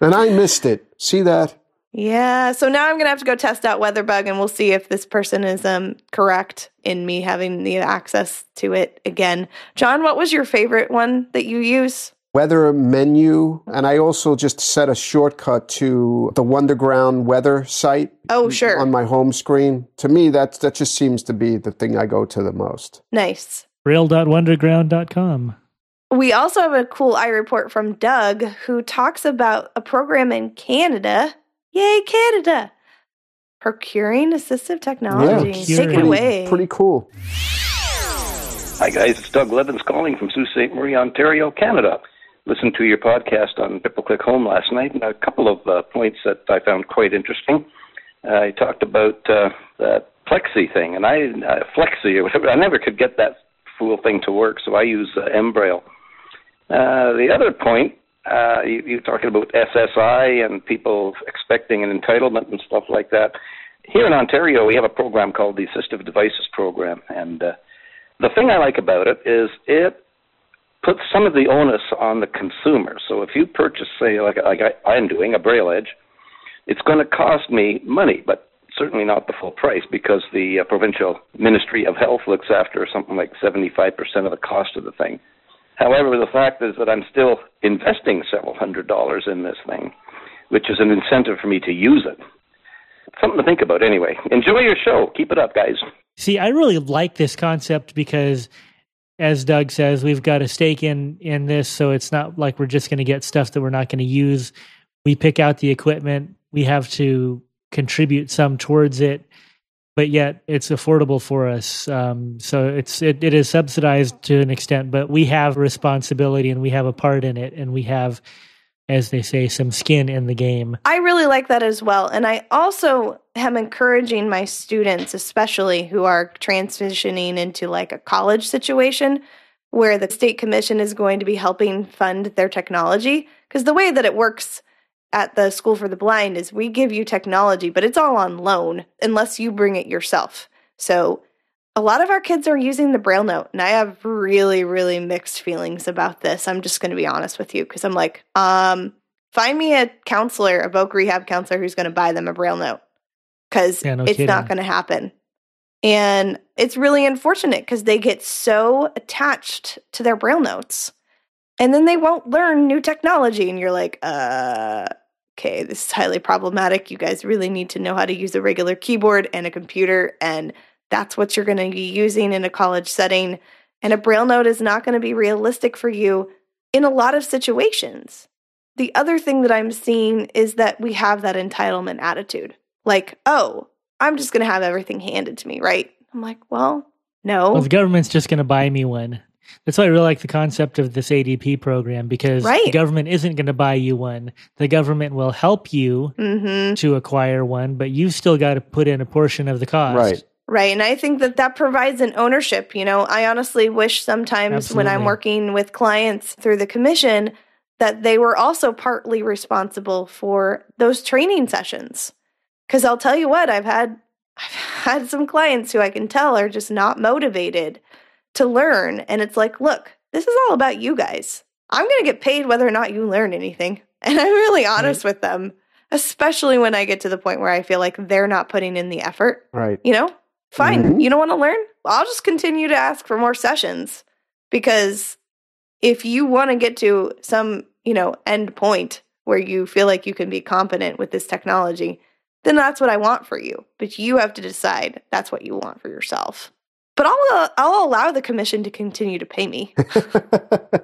And I missed it. See that? Yeah, so now I'm gonna have to go test out WeatherBug, and we'll see if this person is um correct in me having the access to it again. John, what was your favorite one that you use? Weather menu, and I also just set a shortcut to the Wonderground weather site Oh, sure, Mm, on my home screen. To me, that's that just seems to be the thing I go to the most. nice. Braille.wonderground.com. We also have a cool eye report from Doug who talks about a program in Canada. Yay, Canada! Procuring assistive technology. Oh, Take it pretty, away. Pretty cool. Hi, guys. It's Doug Levins calling from Sault Ste. Marie, Ontario, Canada. Listened to your podcast on Triple Click Home last night, and a couple of uh, points that I found quite interesting. Uh, you talked about uh, the Plexi thing, and I uh, Flexi or whatever. I never could get that fool thing to work, so I use uh, Embrail. Uh, the other point, uh, you, you're talking about SSI and people expecting an entitlement and stuff like that. Here in Ontario, we have a program called the Assistive Devices Program, and uh, the thing I like about it is it puts some of the onus on the consumer. So if you purchase, say, like, like I, I'm doing, a Braille Edge, it's going to cost me money, but certainly not the full price because the uh, provincial Ministry of Health looks after something like 75% of the cost of the thing. However, the fact is that I'm still investing several hundred dollars in this thing, which is an incentive for me to use it. Something to think about anyway. Enjoy your show. Keep it up, guys. See, I really like this concept because, as Doug says, we've got a stake in in this, so it's not like we're just going to get stuff that we're not going to use. We pick out the equipment, we have to contribute some towards it, but yet it's affordable for us. Um, so it's it, it is subsidized to an extent, but we have responsibility and we have a part in it, and we have, as they say, some skin in the game. I really like that as well. And I also am encouraging my students, especially who are transitioning into like a college situation where the state commission is going to be helping fund their technology. Because the way that it works at the School for the Blind is we give you technology, but it's all on loan unless you bring it yourself. So a lot of our kids are using the Braille Note, and I have really, really mixed feelings about this. I'm just going to be honest with you because I'm like, um, find me a counselor, a voc rehab counselor who's going to buy them a Braille Note because Yeah, no it's not kidding. going to happen. And it's really unfortunate because they get so attached to their Braille Notes and then they won't learn new technology. And you're like, uh, okay, this is highly problematic. You guys really need to know how to use a regular keyboard and a computer, and that's what you're going to be using in a college setting. And a Braille note is not going to be realistic for you in a lot of situations. The other thing that I'm seeing is that we have that entitlement attitude like, oh, I'm just going to have everything handed to me, right? I'm like, well, no. Well, the government's just going to buy me one. That's why I really like the concept of this ADP program because the Right. government isn't going to buy you one. The government will help you Mhm. to acquire one, but you've still got to put in a portion of the cost. Right. Right. And I think that that provides an ownership. You know, I honestly wish sometimes when I'm Absolutely. working with clients through the commission that they were also partly responsible for those training sessions. Cause I'll tell you what, I've had, I've had some clients who I can tell are just not motivated to learn. And it's like, look, this is all about you guys. I'm going to get paid whether or not you learn anything. *laughs* And I'm really honest with them, especially when I get to the point where I feel like they're not putting in the effort Right. you know, fine. You don't want to learn? Well, I'll just continue to ask for more sessions because if you want to get to some, you know, end point where you feel like you can be competent with this technology, then that's what I want for you. But you have to decide that's what you want for yourself. But I'll uh, I'll allow the commission to continue to pay me. *laughs*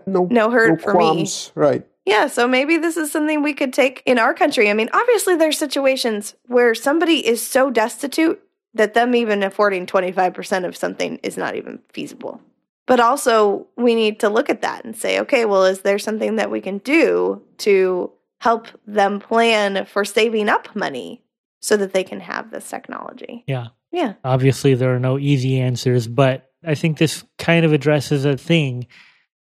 no, no hurt no for me. qualms. Right. Yeah, so maybe this is something we could take in our country. I mean, obviously there's situations where somebody is so destitute that them even affording 25% of something is not even feasible. But also we need to look at that and say, okay, well, is there something that we can do to help them plan for saving up money so that they can have this technology? Yeah. Yeah. Obviously, there are no easy answers, but I think this kind of addresses a thing.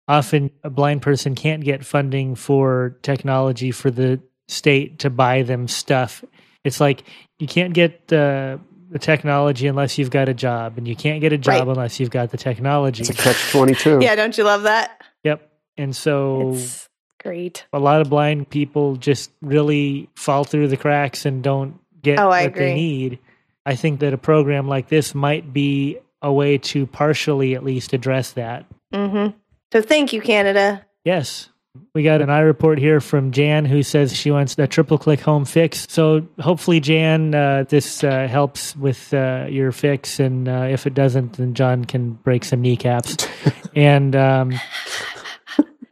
Often, a blind person can't get funding for technology for the state to buy them stuff. It's like you can't get uh, the technology unless you've got a job, and you can't get a job Right. unless you've got the technology. It's a catch 22. Yeah, don't you love that? Yep. And so It's great. a lot of blind people just really fall through the cracks and don't get Oh, what I they agree. need. I think that a program like this might be a way to partially at least address that. Mhm. So thank you Canada. Yes. We got an eye report here from Jan who says she wants a triple click home fix. So hopefully, Jan, uh, this uh, helps with uh, your fix. And uh, if it doesn't, then John can break some kneecaps. and um,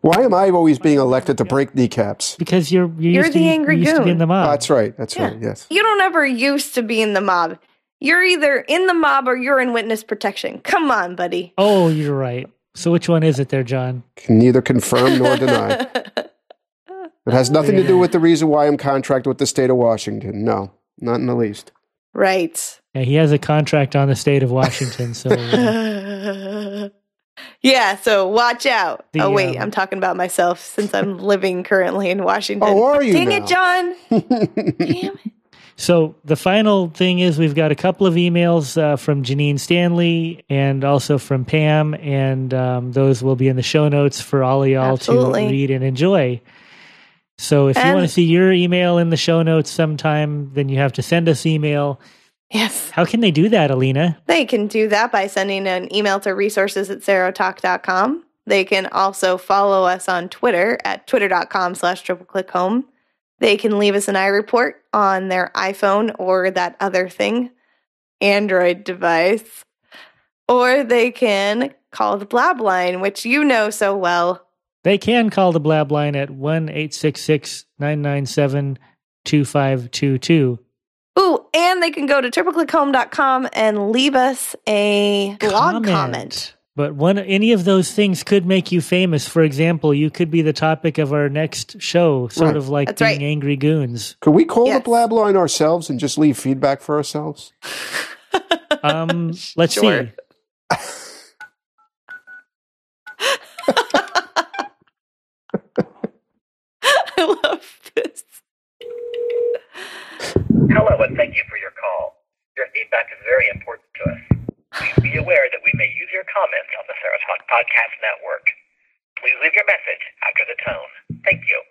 Why am I always being elected to break kneecaps? Because you're you You're used to the be- angry you used to be goon. in the mob. That's right. That's right. Yes. You don't ever used to be in the mob. You're either in the mob or you're in witness protection. Come on, buddy. Oh, you're right. So which one is it there, John? Can neither confirm *laughs* nor deny. It has nothing to do with the reason why I'm contracted with the state of Washington. No, not in the least. *laughs* Right. *sighs* Yeah, he has a contract on the state of Washington, so *laughs* uh, yeah, so watch out. The, oh, wait, um, I'm talking about myself since I'm living currently in Washington. Oh, are you Dang now? it, John. So the final thing is we've got a couple of emails uh, from Janine Stanley and also from Pam, and um, those will be in the show notes for all of y'all Absolutely. to read and enjoy. So if you And- want to see your email in the show notes sometime, then you have to send us email. Yes. How can they do that, Alina? They can do that by sending an email to resources at sarotalk.com. They can also follow us on Twitter at twitter.com slash triple click home. They can leave us an I report on their iPhone or that other thing, Android device. Or they can call the blab line, which you know so well. They can call the blab line at 1 997 2522. Ooh, and they can go to tripleclickhome.com and leave us a blog comment. *laughs* But one any of those things could make you famous. For example, you could be the topic of our next show, sort Right. of like That's being right. angry goons. Could we call the blab line ourselves and just leave feedback for ourselves? *laughs* Um, let's Sure. see. I love this. Hello, and thank you for your call. Your feedback is very important to us. Please be aware that we may use your comments on the Sarah Talk Podcast Network. Please leave your message after the tone. Thank you.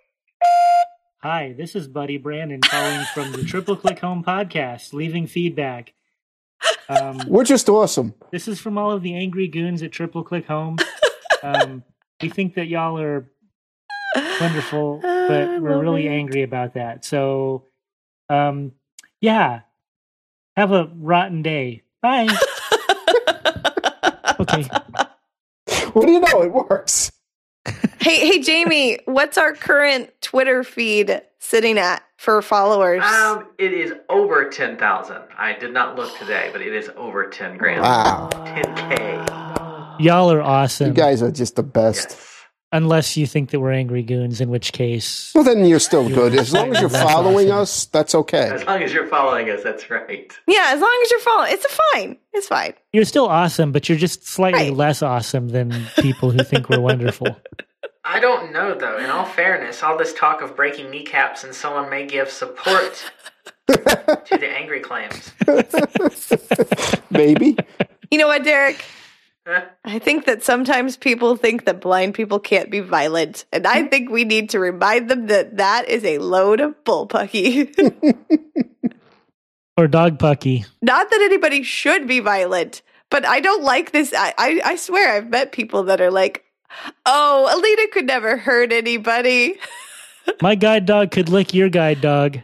Hi, this is Buddy Brandon calling from the Triple Click Home podcast, leaving feedback. Um, We're just awesome. This is from all of the angry goons at Triple Click Home. Um, we think that y'all are wonderful, but we're really angry about that. So, um, yeah, have a rotten day. Bye. *laughs* okay. What do you know? It works. Hey, hey, Jamie, what's our current Twitter feed sitting at for followers? Um, it is over ten thousand. I did not look today, but it is over ten grand. Wow. Ten k. *laughs* Y'all are awesome. You guys are just the best. Unless you think that we're angry goons, in which case, Well, then you're still good. As long as you're That's following us, that's okay. As long as you're following us, that's right. Yeah, as long as you're following, it's fine. It's fine. you're still awesome, but you're just slightly less awesome than people who think we're wonderful. I don't know though. In all fairness, all this talk of breaking kneecaps and someone may *laughs* give support to the angry claims. *laughs* *laughs* Maybe. You know what, Derek? I think that sometimes people think that blind people can't be violent, and I think we need to remind them that that is a load of bullpucky. *laughs* Or dog pucky. Not that anybody should be violent, but I don't like this. I, I, I swear I've met people that are like, oh, Alita could never hurt anybody. My guide dog could lick your guide dog.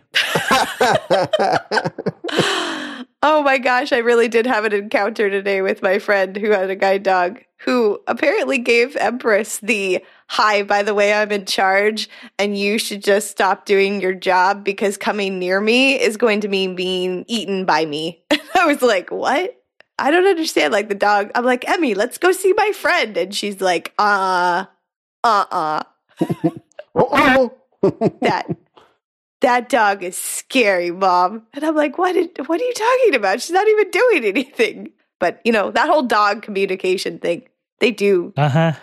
Oh my gosh, I really did have an encounter today with my friend who had a guide dog who apparently gave Empress the hi, by the way, I'm in charge and you should just stop doing your job because coming near me is going to mean being eaten by me. *laughs* And I was like, what? I don't understand. Like the dog, I'm like, Emmy, let's go see my friend. And she's like, uh, uh uh. that that dog is scary, mom. And I'm like, what? Did, what are you talking about? She's not even doing anything. But you know that whole dog communication thing. They do. Uh huh.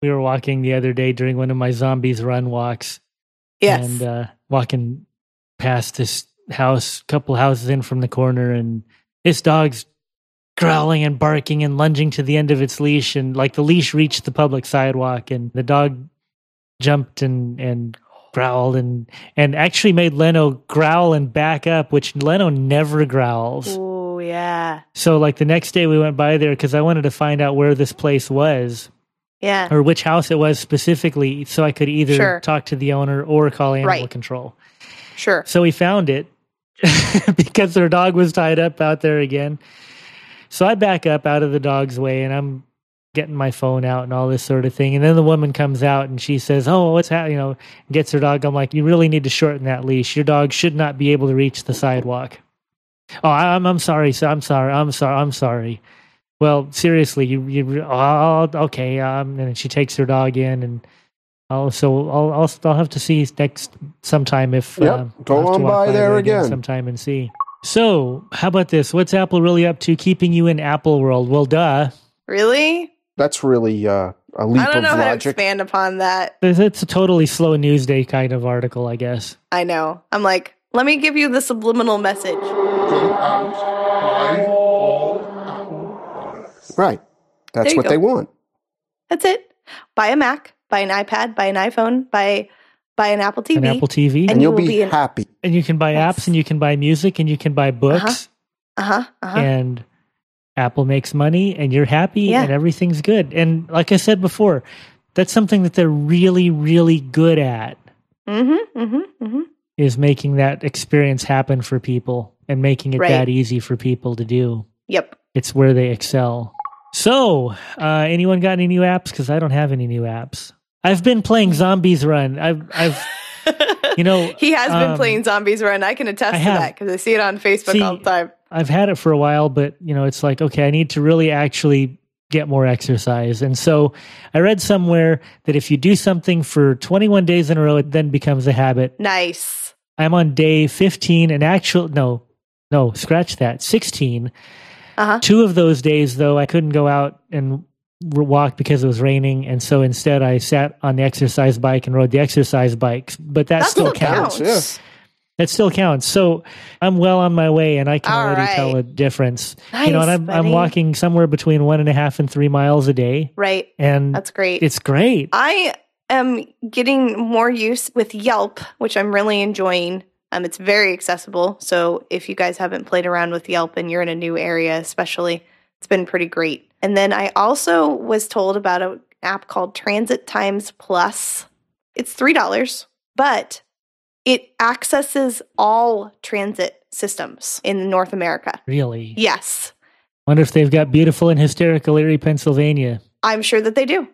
We were walking the other day during one of my zombies run walks. Yes. And uh, walking past this house, couple houses in from the corner, and this dog's growling and barking and lunging to the end of its leash, and like the leash reached the public sidewalk, and the dog jumped and and growled and and actually made Leno growl and back up, which Leno never growls. Oh yeah, So like the next day we went by there because I wanted to find out where this place was yeah. or which house it was specifically, so I could either Sure. talk to the owner or call animal Right. control. Sure. So we found it *laughs* because their dog was tied up out there again. So I back up out of the dog's way and I'm getting my phone out and all this sort of thing. And then the woman comes out and she says, "Oh, what's happening?" You know, gets her dog. I'm like, "You really need to shorten that leash. Your dog should not be able to reach the sidewalk." Oh, I- I'm I'm sorry. So I'm sorry. I'm sorry. I'm sorry. Well, seriously, you you oh, okay? Um, and she takes her dog in, and I'll so I'll I'll, I'll have to see next sometime if Yep, um, go I'll have to on walk by there again. sometime and see. So, how about this? What's Apple really up to? Keeping you in Apple world? Well, duh. Really? *laughs* That's really uh, a leap I don't of know how to logic. expand upon that. It's it's a totally slow news day kind of article, I guess. I know. I'm like, let me give you the subliminal message. Right. There That's you what go. they want. That's it. Buy a Mac, buy an iPad, buy an iPhone, buy buy an Apple TV. An Apple TV, And, you will be, an, uh happy. And you can buy apps, and you can buy music, and you can buy books. huh. Uh-huh. and Apple makes money and you're happy Yeah. and everything's good. And like I said before, that's something that they're really, really good at Mm-hmm. Mm-hmm. Mm-hmm. is making that experience happen for people and making it Right. that easy for people to do. Yep. It's where they excel. So, uh, anyone got any new apps? Because I don't have any new apps. I've been Mm-hmm. playing Zombies Run. I've, I've, you know, *laughs* He has been um, playing Zombies Run. I can attest I to have. that because I see it on Facebook See- all the time. I've had it for a while, but you know, it's like, okay, I need to really actually get more exercise. And so I read somewhere that if you do something for 21 days in a row, it then becomes a habit. Nice. I'm on day 15 and actual, no, no, scratch that, 16. Uh-huh. Two of those days, though, I couldn't go out and r- walk because it was raining. And so instead I sat on the exercise bike and rode the exercise bike, but that That still still counts. counts. That still counts. So I'm well on my way, and I can All already right. tell a difference. you know, and Nice, I'm, I'm buddy. walking somewhere between one and a half and three miles a day, Right. and That's great. Uh, It's great. I am getting more use with Yelp, which I'm really enjoying. Um, it's very accessible. So if you guys haven't played around with Yelp and you're in a new area, especially, it's been pretty great. And then I also was told about an app called Transit Times Plus. It's $3, but it accesses all transit systems in North America. Really, Yes. wonder if they've got beautiful and hysterical Erie, Pennsylvania. I'm sure that they do.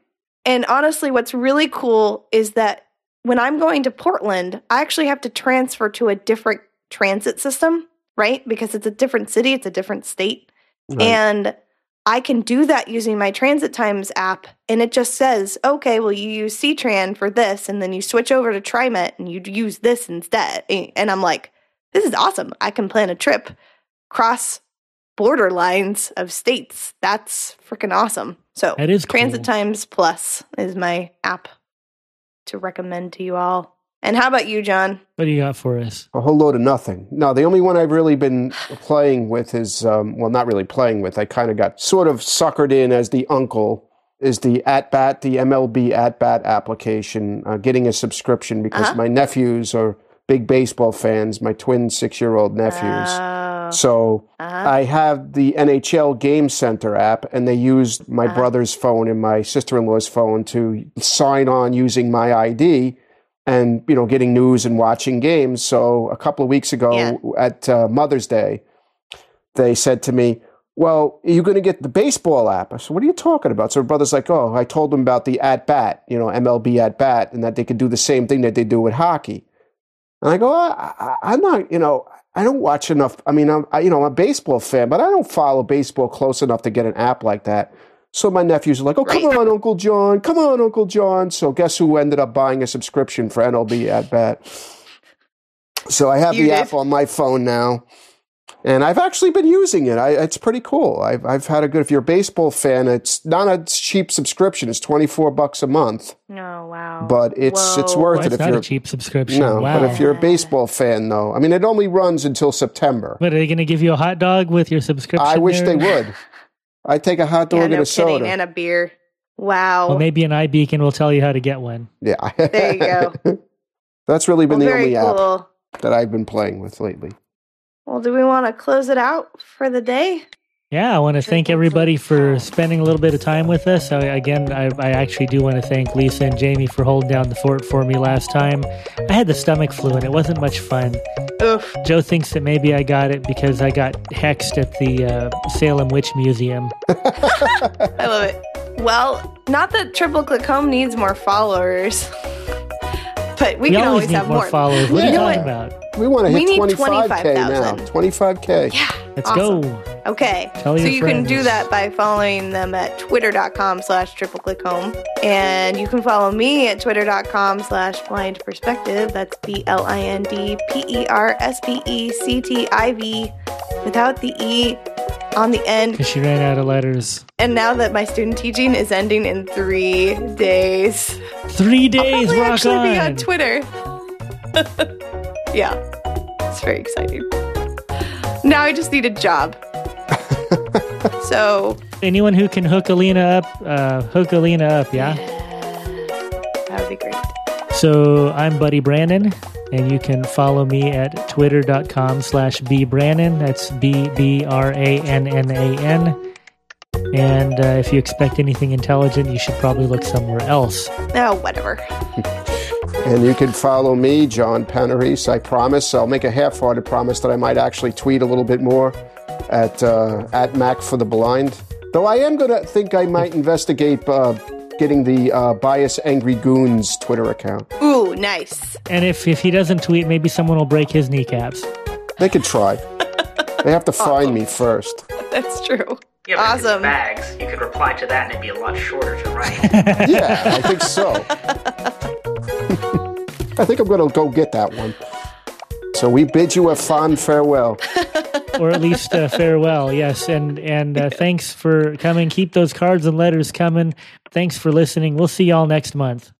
And honestly, what's really cool is that when I'm going to Portland, I actually have to transfer to a different transit system, right? Because it's a different city, it's a different state. Right. And I can do that using my Transit Times app. And it just says, okay, well, you use CTRAN for this, and then you switch over to TriMet and you use this instead. Eh, And I'm like, this is awesome. I can plan a trip cross border lines of states. That's freaking awesome. So That is cool. Transit Times Plus is my app to recommend to you all. And how about you, John? What do you got for us? A whole load of nothing. No, the only one I've really been playing with is, um, well, not really playing with. I kind of got sort of suckered in as the uncle. Is the at bat the MLB at bat application uh, getting a subscription because my nephews are big baseball fans. My twin six year old nephews. Oh. So Uh-huh. I have the NHL Game Center app, and they used my brother's phone and my sister in law's phone to sign on using my ID and you know getting news and watching games. So a couple of weeks ago at uh, Mother's Day, they said to me. Well, are you going to get the baseball app? I said, what are you talking about? So her brother's like, oh, I told him about the at bat, you know, MLB at bat, and that they could do the same thing that they do with hockey. And I go, I, I, I'm not, you know, I don't watch enough. I mean, I'm, I, you know, I'm a baseball fan, but I don't follow baseball close enough to get an app like that. So my nephews are like, oh, come on, Uncle John. Come on, Uncle John. So guess who ended up buying a subscription for MLB at bat? So I have You the did? app on my phone now. And I've actually been using it. I, it's pretty cool. I've, I've had a good. If you're a baseball fan, it's not a cheap subscription. It's twenty four bucks a month, No, wow. but it's it's Whoa. worth Well, it. it's if not you're a cheap subscription. no, wow. but if you're a baseball fan, though, I mean, it only runs until September. But are they going to give you a hot dog with your subscription? I wish there? they would. I'd take a hot dog Yeah, and no a soda. kidding. And a beer. Wow. Well, maybe an iBeacon will tell you how to get one. yeah. There you go. *laughs* That's really well, been the very only cool. app that I've been playing with lately. Well, do we want to close it out for the day? Yeah, I want to thank everybody for spending a little bit of time with us. I, again, I, I actually do want to thank Lisa and Jamie for holding down the fort for me last time. I had the stomach flu and it wasn't much fun. Oof. Joe thinks that maybe I got it because I got hexed at the uh, Salem Witch Museum. I love it. Well, not that Triple Click Home needs more followers, *laughs* but we, can always, need have more, followers. What You are you know talking what? about? We want to We hit need 25K now. 25,000. 25K. Yeah. Let's Awesome. go. Okay. Tell so your you can do friends. that by following them at twitter.com slash triple click home. And you can follow me at twitter.com slash blind perspective. That's B L I N D P E R S P E C T I V without the E on the end. Because she ran out of letters. And now that my student teaching is ending in three days, Three days, I'll rock actually be on. on Twitter. *laughs* yeah, it's very exciting. Now I just need a job. so Anyone who can hook Alina up, uh, hook Alina up, yeah? that would be great. So I'm Buddy Brandon, and you can follow me at twitter.com slash bbrandon. That's B-B-R-A-N-N-A-N. And uh, if you expect anything intelligent, you should probably look somewhere else. Oh, whatever. And you can follow me, John Panarese. I promise. I'll make a half-hearted promise that I might actually tweet a little bit more at uh, at Mac for the Blind. Though I am going to think I might investigate uh, getting the uh, Bias Angry Goons Twitter account. Ooh, nice. *laughs* And if, if he doesn't tweet, maybe someone will break his kneecaps. They could try. they have to find me first. That's true. Yeah, but if it's bags. You could reply to that and it'd be a lot shorter to *laughs* write. Yeah, I think so. *laughs* I think I'm going to go get that one. So we bid you a fond farewell. or at least uh, farewell. Yes, and and uh, thanks for coming. Keep those cards and letters coming. Thanks for listening. We'll see y'all next month.